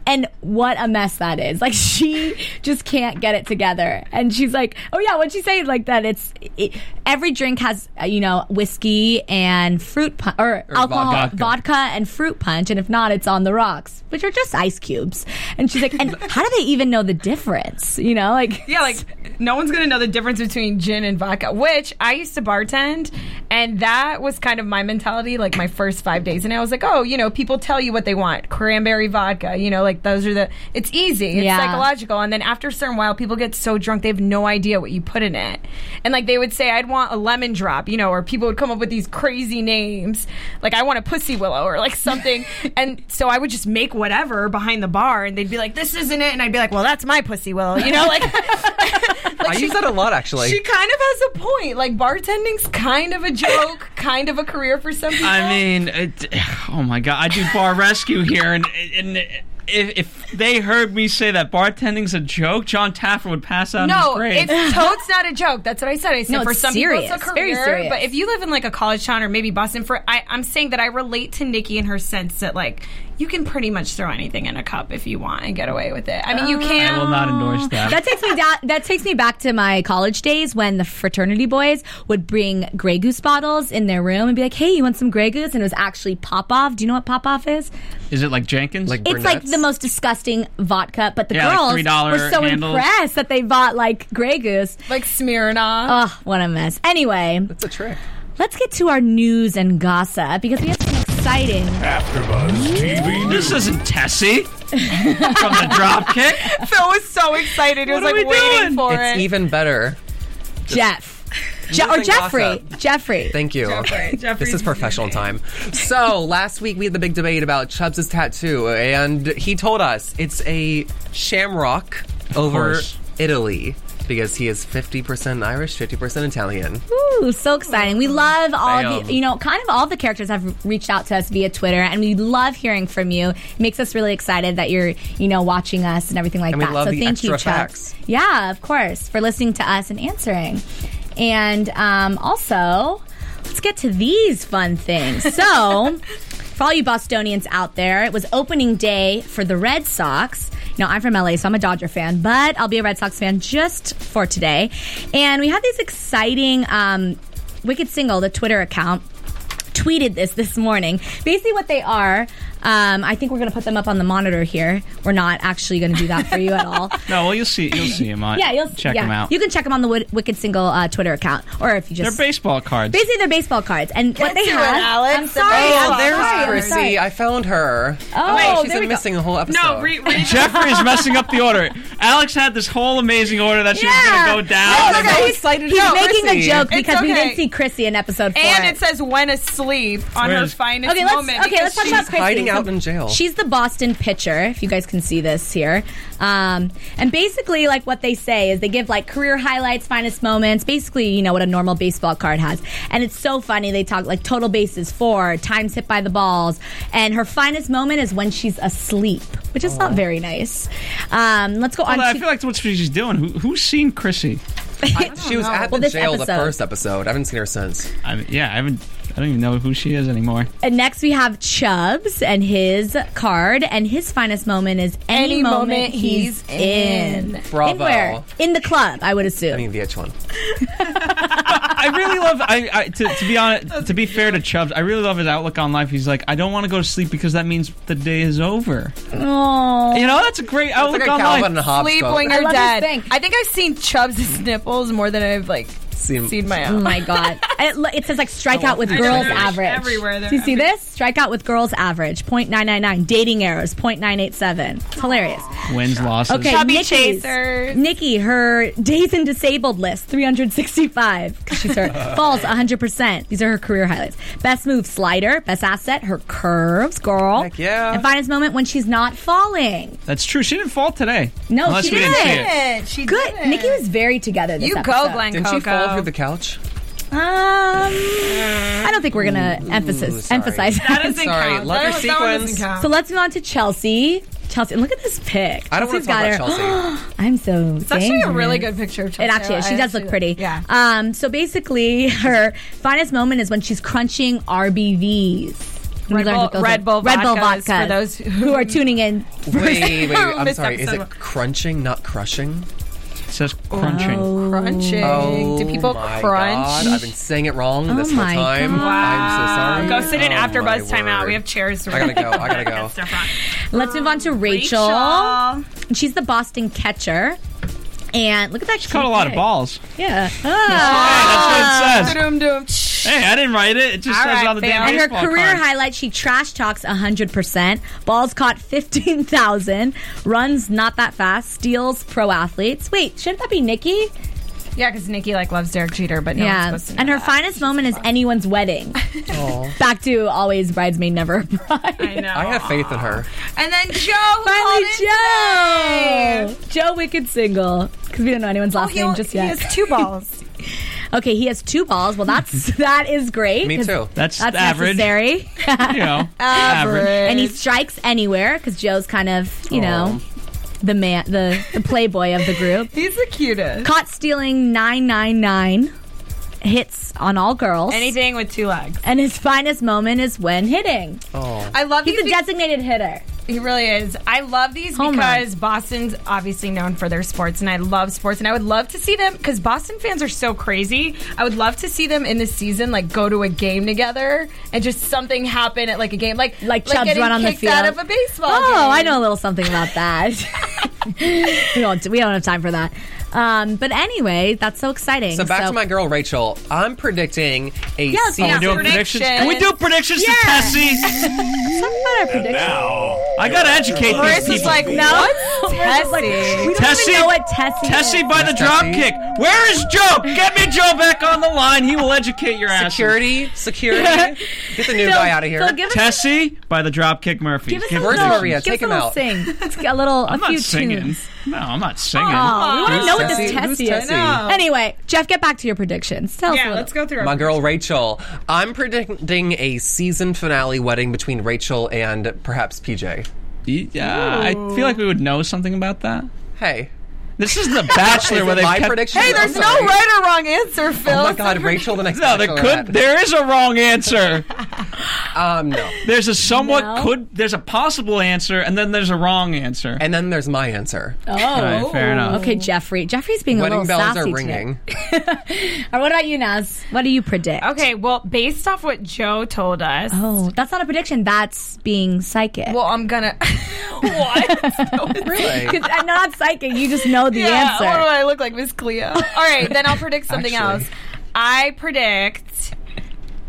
[SPEAKER 3] and what a mess that is. Like she just can't get it together, and she's like, "Oh yeah, what'd she say?" Like that, it's it, every drink has uh, you know whiskey and fruit punch or, alcohol,
[SPEAKER 4] vodka.
[SPEAKER 3] vodka. and fruit punch, and if not, it's on the rocks, which are just ice cubes. And she's like, "And how do they even know the difference?" You know, like
[SPEAKER 6] Yeah, like no one's gonna know the difference between gin and vodka, which I used to bartend, and that was kind of my mentality. Like my first five days, and I was like, oh, you know, people tell you what they want: cranberry vodka. You know, like those are the. It's easy. It's
[SPEAKER 3] Yeah.
[SPEAKER 6] psychological. And then after a certain while, people get so drunk they have no idea what you put in it, and like they would say, I'd want a lemon drop, you know, or people would come up with these crazy names, like I want a pussy willow or like something, and so I would just make whatever behind the bar, and they'd be like, this isn't it, and I'd be like, well, that's my pussy willow, you know, like.
[SPEAKER 4] I use that a lot, actually.
[SPEAKER 6] She kind of has a point. Like bartending's kind of a joke, kind of a career for some people.
[SPEAKER 2] I mean, it, oh my god, I do bar rescue here, and and if, if they heard me say that bartending's a joke, John Taffer would pass out in his
[SPEAKER 6] no,
[SPEAKER 2] grave.
[SPEAKER 6] it's totes not a joke. That's what I said. I said
[SPEAKER 3] No,
[SPEAKER 6] for
[SPEAKER 3] it's
[SPEAKER 6] some
[SPEAKER 3] serious.
[SPEAKER 6] people it's a
[SPEAKER 3] Very
[SPEAKER 6] career,
[SPEAKER 3] serious.
[SPEAKER 6] but if you live in like a college town or maybe Boston, for I, I'm saying that I relate to Nikki in her sense that like you can pretty much throw anything in a cup if you want and get away with it. I mean, you
[SPEAKER 3] Uh,
[SPEAKER 6] can.
[SPEAKER 2] I will not endorse that.
[SPEAKER 3] That takes me down. That takes me back to my college days when the fraternity boys would bring Grey Goose bottles in their room and be like, "Hey, you want some Grey Goose?" And it was actually pop off. Do you know what pop off is?
[SPEAKER 2] Is it like Jenkins?
[SPEAKER 4] Like-
[SPEAKER 3] It's like
[SPEAKER 4] Brunettes?
[SPEAKER 3] the most disgusting vodka. But the
[SPEAKER 2] Yeah, like
[SPEAKER 3] girls
[SPEAKER 2] $3
[SPEAKER 3] were so
[SPEAKER 2] handles.
[SPEAKER 3] impressed that they bought like Grey Goose.
[SPEAKER 6] like Smirnoff.
[SPEAKER 3] Ugh, what a mess. Anyway,
[SPEAKER 4] It's a trick.
[SPEAKER 3] let's get to our news and gossip because we have some exciting.
[SPEAKER 8] AfterBuzz TV
[SPEAKER 2] this isn't Tessie from the Dropkick.
[SPEAKER 5] Phil was so excited. He was
[SPEAKER 2] What are
[SPEAKER 5] like
[SPEAKER 2] we
[SPEAKER 5] waiting
[SPEAKER 2] doing?
[SPEAKER 5] for
[SPEAKER 4] It's
[SPEAKER 5] it.
[SPEAKER 4] even better.
[SPEAKER 3] Jeff. Je- or
[SPEAKER 4] News and
[SPEAKER 3] Jeffrey.
[SPEAKER 4] gossip.
[SPEAKER 3] Jeffrey.
[SPEAKER 4] Thank you. this is professional time. So last week we had the big debate about Chubbs' tattoo, and he told us it's a shamrock over
[SPEAKER 2] course.
[SPEAKER 4] Italy because he is 50% Irish, 50% Italian.
[SPEAKER 3] Ooh, so exciting. We love all
[SPEAKER 4] Mm-hmm. Bam.
[SPEAKER 3] the, you know, kind of all the characters have reached out to us via Twitter, and we love hearing from you. It makes us really excited that you're, you know, watching us and everything like
[SPEAKER 4] And we
[SPEAKER 3] that.
[SPEAKER 4] love
[SPEAKER 3] so
[SPEAKER 4] the
[SPEAKER 3] thank you,
[SPEAKER 4] extra
[SPEAKER 3] Chuck.
[SPEAKER 4] facts.
[SPEAKER 3] Yeah, of course, for listening to us and answering. And um, also, let's get to these fun things. So, for all you Bostonians out there, it was opening day for the Red Sox. You know, I'm from LA, so I'm a Dodger fan, but I'll be a Red Sox fan just for today. And we had these exciting um, Wicked Single, the Twitter account tweeted this this morning. Basically, what they are, um, I think we're going to put them up on the monitor here. We're not actually going to do that for you at all.
[SPEAKER 2] No, well, you'll see. You'll see him. I-
[SPEAKER 3] Yeah, you'll
[SPEAKER 2] check
[SPEAKER 3] yeah.
[SPEAKER 2] him out.
[SPEAKER 3] You can check them on the Wi- Wicked Single uh, Twitter account, or if you
[SPEAKER 2] They're
[SPEAKER 3] just
[SPEAKER 2] baseball cards.
[SPEAKER 3] basically they're baseball cards. And what they
[SPEAKER 5] to
[SPEAKER 3] have,
[SPEAKER 5] it, Alex.
[SPEAKER 3] I'm sorry,
[SPEAKER 5] Oh,
[SPEAKER 3] I'm
[SPEAKER 5] there's
[SPEAKER 3] sorry, I'm sorry.
[SPEAKER 4] Chrissy, I found her.
[SPEAKER 3] Oh,
[SPEAKER 4] wait, she's
[SPEAKER 3] there we
[SPEAKER 4] been
[SPEAKER 3] go.
[SPEAKER 4] missing a whole episode.
[SPEAKER 6] no, re- re-
[SPEAKER 2] Jeffrey is messing up the order. Alex had this whole amazing order that she
[SPEAKER 3] Yeah. Oh
[SPEAKER 2] was going to go down.
[SPEAKER 4] I'm so
[SPEAKER 3] He's-
[SPEAKER 4] excited
[SPEAKER 3] He's
[SPEAKER 4] about
[SPEAKER 3] making
[SPEAKER 4] Chrissy.
[SPEAKER 3] a joke
[SPEAKER 6] It's
[SPEAKER 3] because we
[SPEAKER 6] okay.
[SPEAKER 3] didn't see Chrissy in episode four.
[SPEAKER 6] and it says when asleep on her
[SPEAKER 2] Where's-
[SPEAKER 6] finest
[SPEAKER 3] okay, let's
[SPEAKER 6] moment.
[SPEAKER 3] okay. Let's
[SPEAKER 6] because
[SPEAKER 3] talk
[SPEAKER 6] she-
[SPEAKER 3] about Chrissy.
[SPEAKER 4] hiding out in jail.
[SPEAKER 3] She's the Boston pitcher. If you guys can see this here, um, and basically, like what they say is they give like career highlights, finest moments. Basically, you know what a normal baseball card has, and it's so funny. They talk like total bases four, times hit by the balls, and her finest moment is when she's asleep, which is not very nice. Um, let's go on.
[SPEAKER 2] Although I
[SPEAKER 3] to-
[SPEAKER 2] feel like that's what she's doing. Who, who's seen Chrissy?
[SPEAKER 4] She was at
[SPEAKER 3] Oh, Well,
[SPEAKER 4] the
[SPEAKER 3] this
[SPEAKER 4] jail the
[SPEAKER 3] episode.
[SPEAKER 4] first episode. I haven't seen her since.
[SPEAKER 2] I mean, yeah, I haven't. I don't even know who she is anymore.
[SPEAKER 3] And next, we have Chubbs and his card, and his finest moment is any,
[SPEAKER 6] Any
[SPEAKER 3] moment,
[SPEAKER 6] moment
[SPEAKER 3] he's
[SPEAKER 6] he's
[SPEAKER 3] in.
[SPEAKER 6] in.
[SPEAKER 4] Bravo.
[SPEAKER 3] In where? In the club, I would assume.
[SPEAKER 4] I mean, VH1.
[SPEAKER 2] I really love. I, I to, to be honest, to be fair to Chubbs, I really love his outlook on life. He's like, I don't want to go to sleep because that means the day is over.
[SPEAKER 3] oh,
[SPEAKER 2] You know, that's a great
[SPEAKER 4] It's like
[SPEAKER 2] outlook
[SPEAKER 4] a
[SPEAKER 2] on
[SPEAKER 4] Calvin
[SPEAKER 2] life.
[SPEAKER 4] and Hobbes
[SPEAKER 6] Sleep
[SPEAKER 4] book.
[SPEAKER 6] when
[SPEAKER 3] I
[SPEAKER 6] you're
[SPEAKER 3] love this
[SPEAKER 6] dead.
[SPEAKER 3] thing.
[SPEAKER 6] I think I've seen Chubbs' nipples more than I've like
[SPEAKER 4] Seen-
[SPEAKER 6] seen, my
[SPEAKER 3] Oh
[SPEAKER 6] own.
[SPEAKER 3] my god! And it, lo- it says like strike out with
[SPEAKER 6] I know,
[SPEAKER 3] girls
[SPEAKER 6] they're
[SPEAKER 3] average.
[SPEAKER 6] everywhere, they're
[SPEAKER 3] Do you see
[SPEAKER 6] everywhere.
[SPEAKER 3] this? Strike out with girls average 0.999. Dating errors 0.987. It's hilarious.
[SPEAKER 2] Wins losses.
[SPEAKER 3] Okay,
[SPEAKER 6] Chubby
[SPEAKER 3] Nikki's-
[SPEAKER 6] chasers.
[SPEAKER 3] Nikki, her days in disabled list 365 because she's her falls 100. percent These are her career highlights. Best move slider. Best asset her curves. Girl.
[SPEAKER 4] Heck yeah.
[SPEAKER 3] And finest moment when she's not falling.
[SPEAKER 2] that's true. She didn't fall today.
[SPEAKER 3] No,
[SPEAKER 2] unless
[SPEAKER 3] she
[SPEAKER 2] we didn't.
[SPEAKER 3] didn't.
[SPEAKER 2] see it.
[SPEAKER 6] She
[SPEAKER 3] Good.
[SPEAKER 6] did it.
[SPEAKER 3] Nikki was very together. This
[SPEAKER 6] You
[SPEAKER 3] episode.
[SPEAKER 6] go, Glenn
[SPEAKER 4] Didn't
[SPEAKER 6] Coco.
[SPEAKER 4] she fall through the couch?
[SPEAKER 3] Um, I don't think we're gonna emphasis
[SPEAKER 4] sorry.
[SPEAKER 3] emphasize
[SPEAKER 6] that
[SPEAKER 3] that.
[SPEAKER 6] doesn't
[SPEAKER 4] Sorry,
[SPEAKER 6] count.
[SPEAKER 4] love
[SPEAKER 6] that,
[SPEAKER 4] your
[SPEAKER 6] one- that one doesn't
[SPEAKER 4] sequins.
[SPEAKER 3] So
[SPEAKER 6] count.
[SPEAKER 3] let's move on to Chelsea. Chelsea, and look at this pic.
[SPEAKER 4] I don't want
[SPEAKER 3] Chelsea's
[SPEAKER 4] to talk about
[SPEAKER 3] got her-
[SPEAKER 4] Chelsea.
[SPEAKER 3] I'm so. It's
[SPEAKER 6] It's actually a really good picture of
[SPEAKER 3] It
[SPEAKER 6] Chelsea.
[SPEAKER 3] actually is. She
[SPEAKER 6] I
[SPEAKER 3] does look
[SPEAKER 6] actually-
[SPEAKER 3] pretty.
[SPEAKER 6] Yeah.
[SPEAKER 3] Um. So basically, her finest moment is when she's crunching RBVs. We learned
[SPEAKER 6] Red Bull-
[SPEAKER 3] what those
[SPEAKER 6] Red
[SPEAKER 3] are.
[SPEAKER 6] Bull
[SPEAKER 3] Red Bull
[SPEAKER 6] vodkas
[SPEAKER 3] vodka
[SPEAKER 6] for those who-
[SPEAKER 3] who are tuning in.
[SPEAKER 4] Wait, wait, wait, I'm
[SPEAKER 6] Missed
[SPEAKER 4] sorry. Is
[SPEAKER 6] episode.
[SPEAKER 4] it crunching, not crushing?
[SPEAKER 2] It says crunching.
[SPEAKER 6] crunching. Do people
[SPEAKER 4] Oh my
[SPEAKER 6] crunch?
[SPEAKER 4] God. I've been saying it wrong this whole
[SPEAKER 3] Oh my
[SPEAKER 4] time.
[SPEAKER 3] God.
[SPEAKER 4] I'm so
[SPEAKER 6] Go
[SPEAKER 4] sorry.
[SPEAKER 6] sit in
[SPEAKER 4] Oh,
[SPEAKER 6] after
[SPEAKER 4] my
[SPEAKER 6] buzz timeout.
[SPEAKER 4] word.
[SPEAKER 6] We have chairs. To
[SPEAKER 4] I gotta go. I gotta go.
[SPEAKER 3] Let's move on to Rachel. She's the Boston catcher. And look at that. She
[SPEAKER 2] Caught a lot of balls.
[SPEAKER 3] Yeah. Ah.
[SPEAKER 2] That's what it says.
[SPEAKER 6] Rachel.
[SPEAKER 2] Hey, I didn't write it. It just
[SPEAKER 6] Ah. All
[SPEAKER 2] says
[SPEAKER 6] right,
[SPEAKER 2] it on the damn
[SPEAKER 6] fair.
[SPEAKER 3] And her
[SPEAKER 2] baseball
[SPEAKER 3] career
[SPEAKER 2] card.
[SPEAKER 3] highlight, she trash talks 100%. Balls caught 15,000. Runs not that fast. Steals pro athletes. Wait, shouldn't that be Nikki?
[SPEAKER 6] Yeah, because Nikki like loves Derek Jeter, but no one's
[SPEAKER 3] yeah.
[SPEAKER 6] supposed to know
[SPEAKER 3] And her
[SPEAKER 6] that.
[SPEAKER 3] finest moment is anyone's wedding. Back to always bridesmaid, never bride.
[SPEAKER 6] I know.
[SPEAKER 4] I have faith in her.
[SPEAKER 6] And then Joe. who called
[SPEAKER 3] Finally,
[SPEAKER 6] in
[SPEAKER 3] Joe! Joe Wicked single. Because we don't know anyone's
[SPEAKER 6] Oh,
[SPEAKER 3] last
[SPEAKER 5] He,
[SPEAKER 3] name just yet.
[SPEAKER 5] he has two balls.
[SPEAKER 3] okay, he has two balls. Well, that's that is great.
[SPEAKER 4] Me
[SPEAKER 3] 'cause
[SPEAKER 4] too.
[SPEAKER 2] That's,
[SPEAKER 3] That's
[SPEAKER 2] average.
[SPEAKER 3] necessary.
[SPEAKER 2] You know, average.
[SPEAKER 3] and he strikes anywhere because Joe's kind of you know the man the, the playboy of the group.
[SPEAKER 6] He's the cutest.
[SPEAKER 3] Caught stealing nine nine nine. hits on all girls.
[SPEAKER 6] Anything with two legs.
[SPEAKER 3] and his finest moment is when hitting.
[SPEAKER 4] Oh.
[SPEAKER 6] I love
[SPEAKER 3] He's
[SPEAKER 6] these.
[SPEAKER 3] a designated hitter.
[SPEAKER 6] He really is. I love these
[SPEAKER 3] Home
[SPEAKER 6] because Boston's obviously known for their sports, and I love sports, and I would love to see them because Boston fans are so crazy. I would love to see them in the season, like go to a game together and just something happen at like a game, like
[SPEAKER 3] Like, Chubbs
[SPEAKER 6] getting
[SPEAKER 3] run on the
[SPEAKER 6] kicked
[SPEAKER 3] field.
[SPEAKER 6] out of a baseball.
[SPEAKER 3] Oh,
[SPEAKER 6] game.
[SPEAKER 3] I know a little something about that. we don't we don't have time for that. Um, but anyway, that's so exciting.
[SPEAKER 4] So back to my girl Rachel. I'm predicting a
[SPEAKER 3] Yes,
[SPEAKER 4] season.
[SPEAKER 2] We're
[SPEAKER 6] Yeah,
[SPEAKER 2] doing predictions. Can
[SPEAKER 6] predictions.
[SPEAKER 2] we do predictions to Tessie?
[SPEAKER 8] Now,
[SPEAKER 2] I gotta educate
[SPEAKER 6] Chris
[SPEAKER 2] these
[SPEAKER 6] is
[SPEAKER 2] people.
[SPEAKER 6] like, no,
[SPEAKER 3] Oh, We're just like, we
[SPEAKER 6] Tessie.
[SPEAKER 3] don't
[SPEAKER 2] Tessie?
[SPEAKER 3] even know what Tessie.
[SPEAKER 2] Tessie
[SPEAKER 3] is.
[SPEAKER 2] by the drop
[SPEAKER 4] Tessie.
[SPEAKER 2] kick. Where is Joe? Get me Joe back on the line. He will educate your ass.
[SPEAKER 4] Security, security. Get the new guy out of here.
[SPEAKER 3] So give us,
[SPEAKER 2] Tessie by the drop kick Murphy.
[SPEAKER 3] give us a
[SPEAKER 4] where's
[SPEAKER 3] little,
[SPEAKER 4] Maria?
[SPEAKER 3] give
[SPEAKER 4] Take him
[SPEAKER 3] us
[SPEAKER 4] out.
[SPEAKER 3] a little sing. Let's get a little, a
[SPEAKER 2] I'm
[SPEAKER 3] few
[SPEAKER 2] not singing.
[SPEAKER 3] tunes.
[SPEAKER 2] No, I'm not singing.
[SPEAKER 3] Oh, we want to
[SPEAKER 4] Who's
[SPEAKER 3] know what this
[SPEAKER 4] Tessie? Who's
[SPEAKER 3] Tessie is.
[SPEAKER 4] Tessie? No.
[SPEAKER 3] Anyway, Jeff, get back to your predictions. Tell us. a
[SPEAKER 6] Yeah,
[SPEAKER 3] little.
[SPEAKER 6] let's go through.
[SPEAKER 4] My
[SPEAKER 6] Our-
[SPEAKER 4] girl Rachel. I'm predicting a season finale wedding between Rachel and perhaps PJ.
[SPEAKER 2] Yeah, I feel like we would know something about that.
[SPEAKER 4] Hey.
[SPEAKER 2] This is the Bachelor
[SPEAKER 4] Is
[SPEAKER 2] where
[SPEAKER 4] it
[SPEAKER 2] they
[SPEAKER 4] my
[SPEAKER 2] kept...
[SPEAKER 4] prediction? Hey,
[SPEAKER 6] There's no right or wrong answer, Phil.
[SPEAKER 4] Oh my God, Rachel! The next
[SPEAKER 2] No, there
[SPEAKER 4] Bachelorette.
[SPEAKER 2] could. There is a wrong answer.
[SPEAKER 4] um no,
[SPEAKER 2] There's a somewhat
[SPEAKER 3] No.
[SPEAKER 2] could. There's a possible answer, and then there's a wrong answer.
[SPEAKER 4] and then there's my answer.
[SPEAKER 3] Oh,
[SPEAKER 2] All right, fair enough.
[SPEAKER 3] Okay, Jeffrey. Jeffrey's being a
[SPEAKER 4] Wedding
[SPEAKER 3] little
[SPEAKER 4] bells
[SPEAKER 3] sassy
[SPEAKER 4] are ringing.
[SPEAKER 3] Today. Or what about you, Naz? What do you predict?
[SPEAKER 6] Okay, well, based off what Joe told us,
[SPEAKER 3] Oh, that's not a prediction. That's being psychic.
[SPEAKER 6] well, I'm gonna. what?
[SPEAKER 4] Really?
[SPEAKER 3] 'Cause I'm not psychic. You just know the
[SPEAKER 6] yeah,
[SPEAKER 3] answer.
[SPEAKER 6] What do I look like, Miss Cleo? All right, then I'll predict something
[SPEAKER 4] Actually.
[SPEAKER 6] else. I predict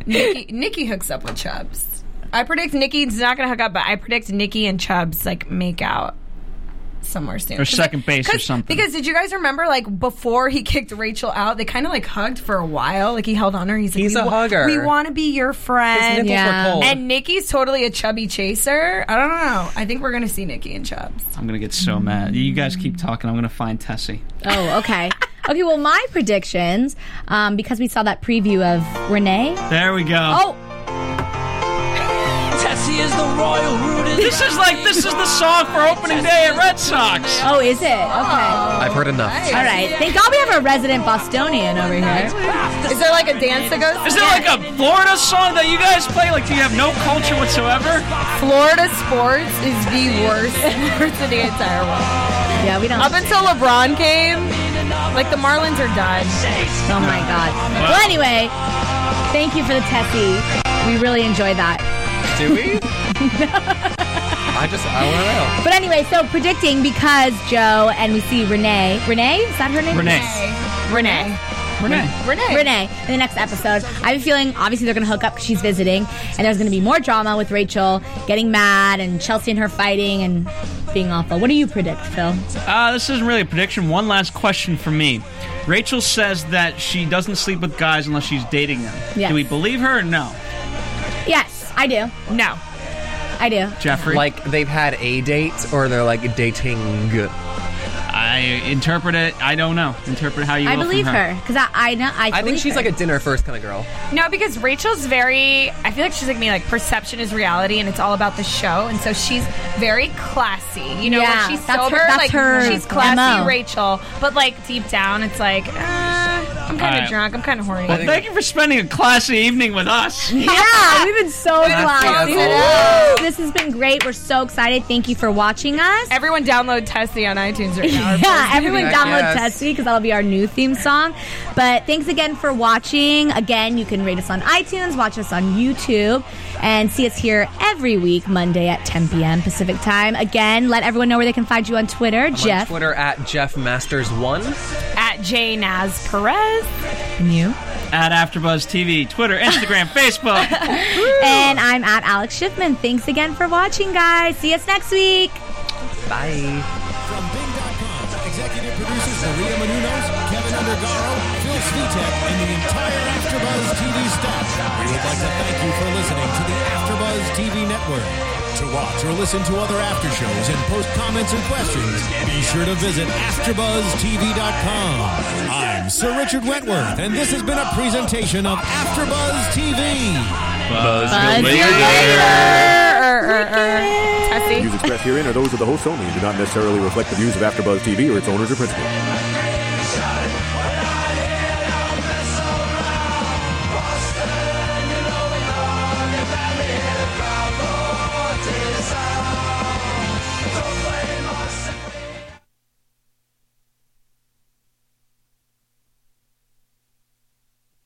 [SPEAKER 6] Nikki, Nikki hooks up with Chubbs. I predict Nikki's not going to hook up, but I predict Nikki and Chubbs like make out somewhere soon
[SPEAKER 2] Or second base or
[SPEAKER 6] 'Cause-
[SPEAKER 2] something.
[SPEAKER 6] Because did you guys remember like before he kicked Rachel out, they kind of like hugged for a while. Like he held on her. He's like,
[SPEAKER 4] He's
[SPEAKER 6] we
[SPEAKER 4] a
[SPEAKER 6] wa-
[SPEAKER 4] hugger.
[SPEAKER 6] We want to be your friend.
[SPEAKER 4] Nipples were
[SPEAKER 3] Yeah.
[SPEAKER 4] cold.
[SPEAKER 6] And Nikki's totally a chubby chaser. I don't know. I think we're going to see Nikki and Chubbs.
[SPEAKER 2] I'm gonna get so mad. You guys keep talking. I'm gonna find Tessie.
[SPEAKER 3] Oh, okay. Okay, well, my predictions, um, because we saw that preview of Renee.
[SPEAKER 2] There we go.
[SPEAKER 3] Oh,
[SPEAKER 2] This is like this is the song for opening day at Red Sox.
[SPEAKER 3] oh, is it? Okay. All
[SPEAKER 4] I've heard enough.
[SPEAKER 3] right. Thank God we have a resident Bostonian over here.
[SPEAKER 6] Is there like a dance that goes?
[SPEAKER 2] Is there like a Florida song that you guys play? Like, do you have no culture whatsoever?
[SPEAKER 6] Florida sports is the worst sports in the entire world.
[SPEAKER 3] Yeah, we don't.
[SPEAKER 6] Up until LeBron came, like the Marlins are done.
[SPEAKER 3] Oh my God. Well, anyway, thank you for the Tessie. We really enjoyed that.
[SPEAKER 4] Do we? I just I want to know.
[SPEAKER 3] But anyway, so predicting because Joe and we see Renee. Renee? Is that her name?
[SPEAKER 2] Renee.
[SPEAKER 6] Renee.
[SPEAKER 2] Renee.
[SPEAKER 6] Renee.
[SPEAKER 3] Renee in the next episode. I have a feeling obviously they're going to hook up because she's visiting, and there's going to be more drama with Rachel getting mad and Chelsea and her fighting and being awful. What do you predict, Phil?
[SPEAKER 2] Uh, this isn't really a prediction. One last question for me. Rachel says that she doesn't sleep with guys unless she's dating them.
[SPEAKER 3] Yes.
[SPEAKER 2] Do we believe her or no,
[SPEAKER 3] Yes, I do.
[SPEAKER 6] No.
[SPEAKER 3] I do.
[SPEAKER 2] Jeffrey?
[SPEAKER 4] Like they've had a date or they're like dating.
[SPEAKER 2] I interpret it. I don't know. Interpret how you.
[SPEAKER 3] I
[SPEAKER 2] will from
[SPEAKER 3] believe her because I, I know. I,
[SPEAKER 4] I think
[SPEAKER 3] believe
[SPEAKER 4] she's
[SPEAKER 3] her.
[SPEAKER 4] like a dinner first kind of girl.
[SPEAKER 6] No, because Rachel's very. I feel like she's like me. Like perception is reality, and it's all about the show. And so she's very classy. You know,
[SPEAKER 3] Yeah,
[SPEAKER 6] when she's
[SPEAKER 3] that's her-
[SPEAKER 6] sober,
[SPEAKER 3] that's
[SPEAKER 6] like
[SPEAKER 3] her
[SPEAKER 6] she's classy,
[SPEAKER 3] MO.
[SPEAKER 6] Rachel. But like deep down, it's like uh, I'm kind of
[SPEAKER 2] Alright.
[SPEAKER 6] drunk. I'm kind of horny.
[SPEAKER 2] Thank you for spending a classy evening with us.
[SPEAKER 3] Yeah, we've been so glad.
[SPEAKER 4] that's
[SPEAKER 3] This has been great. We're so excited. Thank you for watching us.
[SPEAKER 6] Everyone download Tessie on iTunes right now.
[SPEAKER 3] yeah, everyone
[SPEAKER 4] Yes.
[SPEAKER 3] download Tessie because that'll be our new theme song. But thanks again for watching. Again, you can rate us on iTunes, watch us on YouTube, and see us here every week, Monday at 10 p.m. Pacific time. Again, let everyone know where they can find you on Twitter,
[SPEAKER 4] On
[SPEAKER 3] Jeff.
[SPEAKER 4] Twitter at Jeff Masters One.
[SPEAKER 6] At J Naz Perez.
[SPEAKER 3] And you.
[SPEAKER 2] At AfterBuzz TV, Twitter, Instagram, Facebook.
[SPEAKER 3] And I'm at Alex Schiffman. Thanks again for watching, guys. See us next week.
[SPEAKER 4] Bye.
[SPEAKER 1] From Bing.com, executive producers Maria Menounos, Kevin Undergaro, Phil Svitek, and the entire AfterBuzz TV staff. We would like to thank you for listening to the AfterBuzz TV Network. To watch or listen to other after shows and post comments and questions, be sure to visit AfterBuzzTV.com. I'm Sir Richard Wentworth, and this has been a presentation of AfterBuzz TV.
[SPEAKER 6] Tessie.
[SPEAKER 3] Er,
[SPEAKER 9] Views expressed herein are those of the hosts only and do not necessarily reflect the views of AfterBuzz TV or its owners or principals.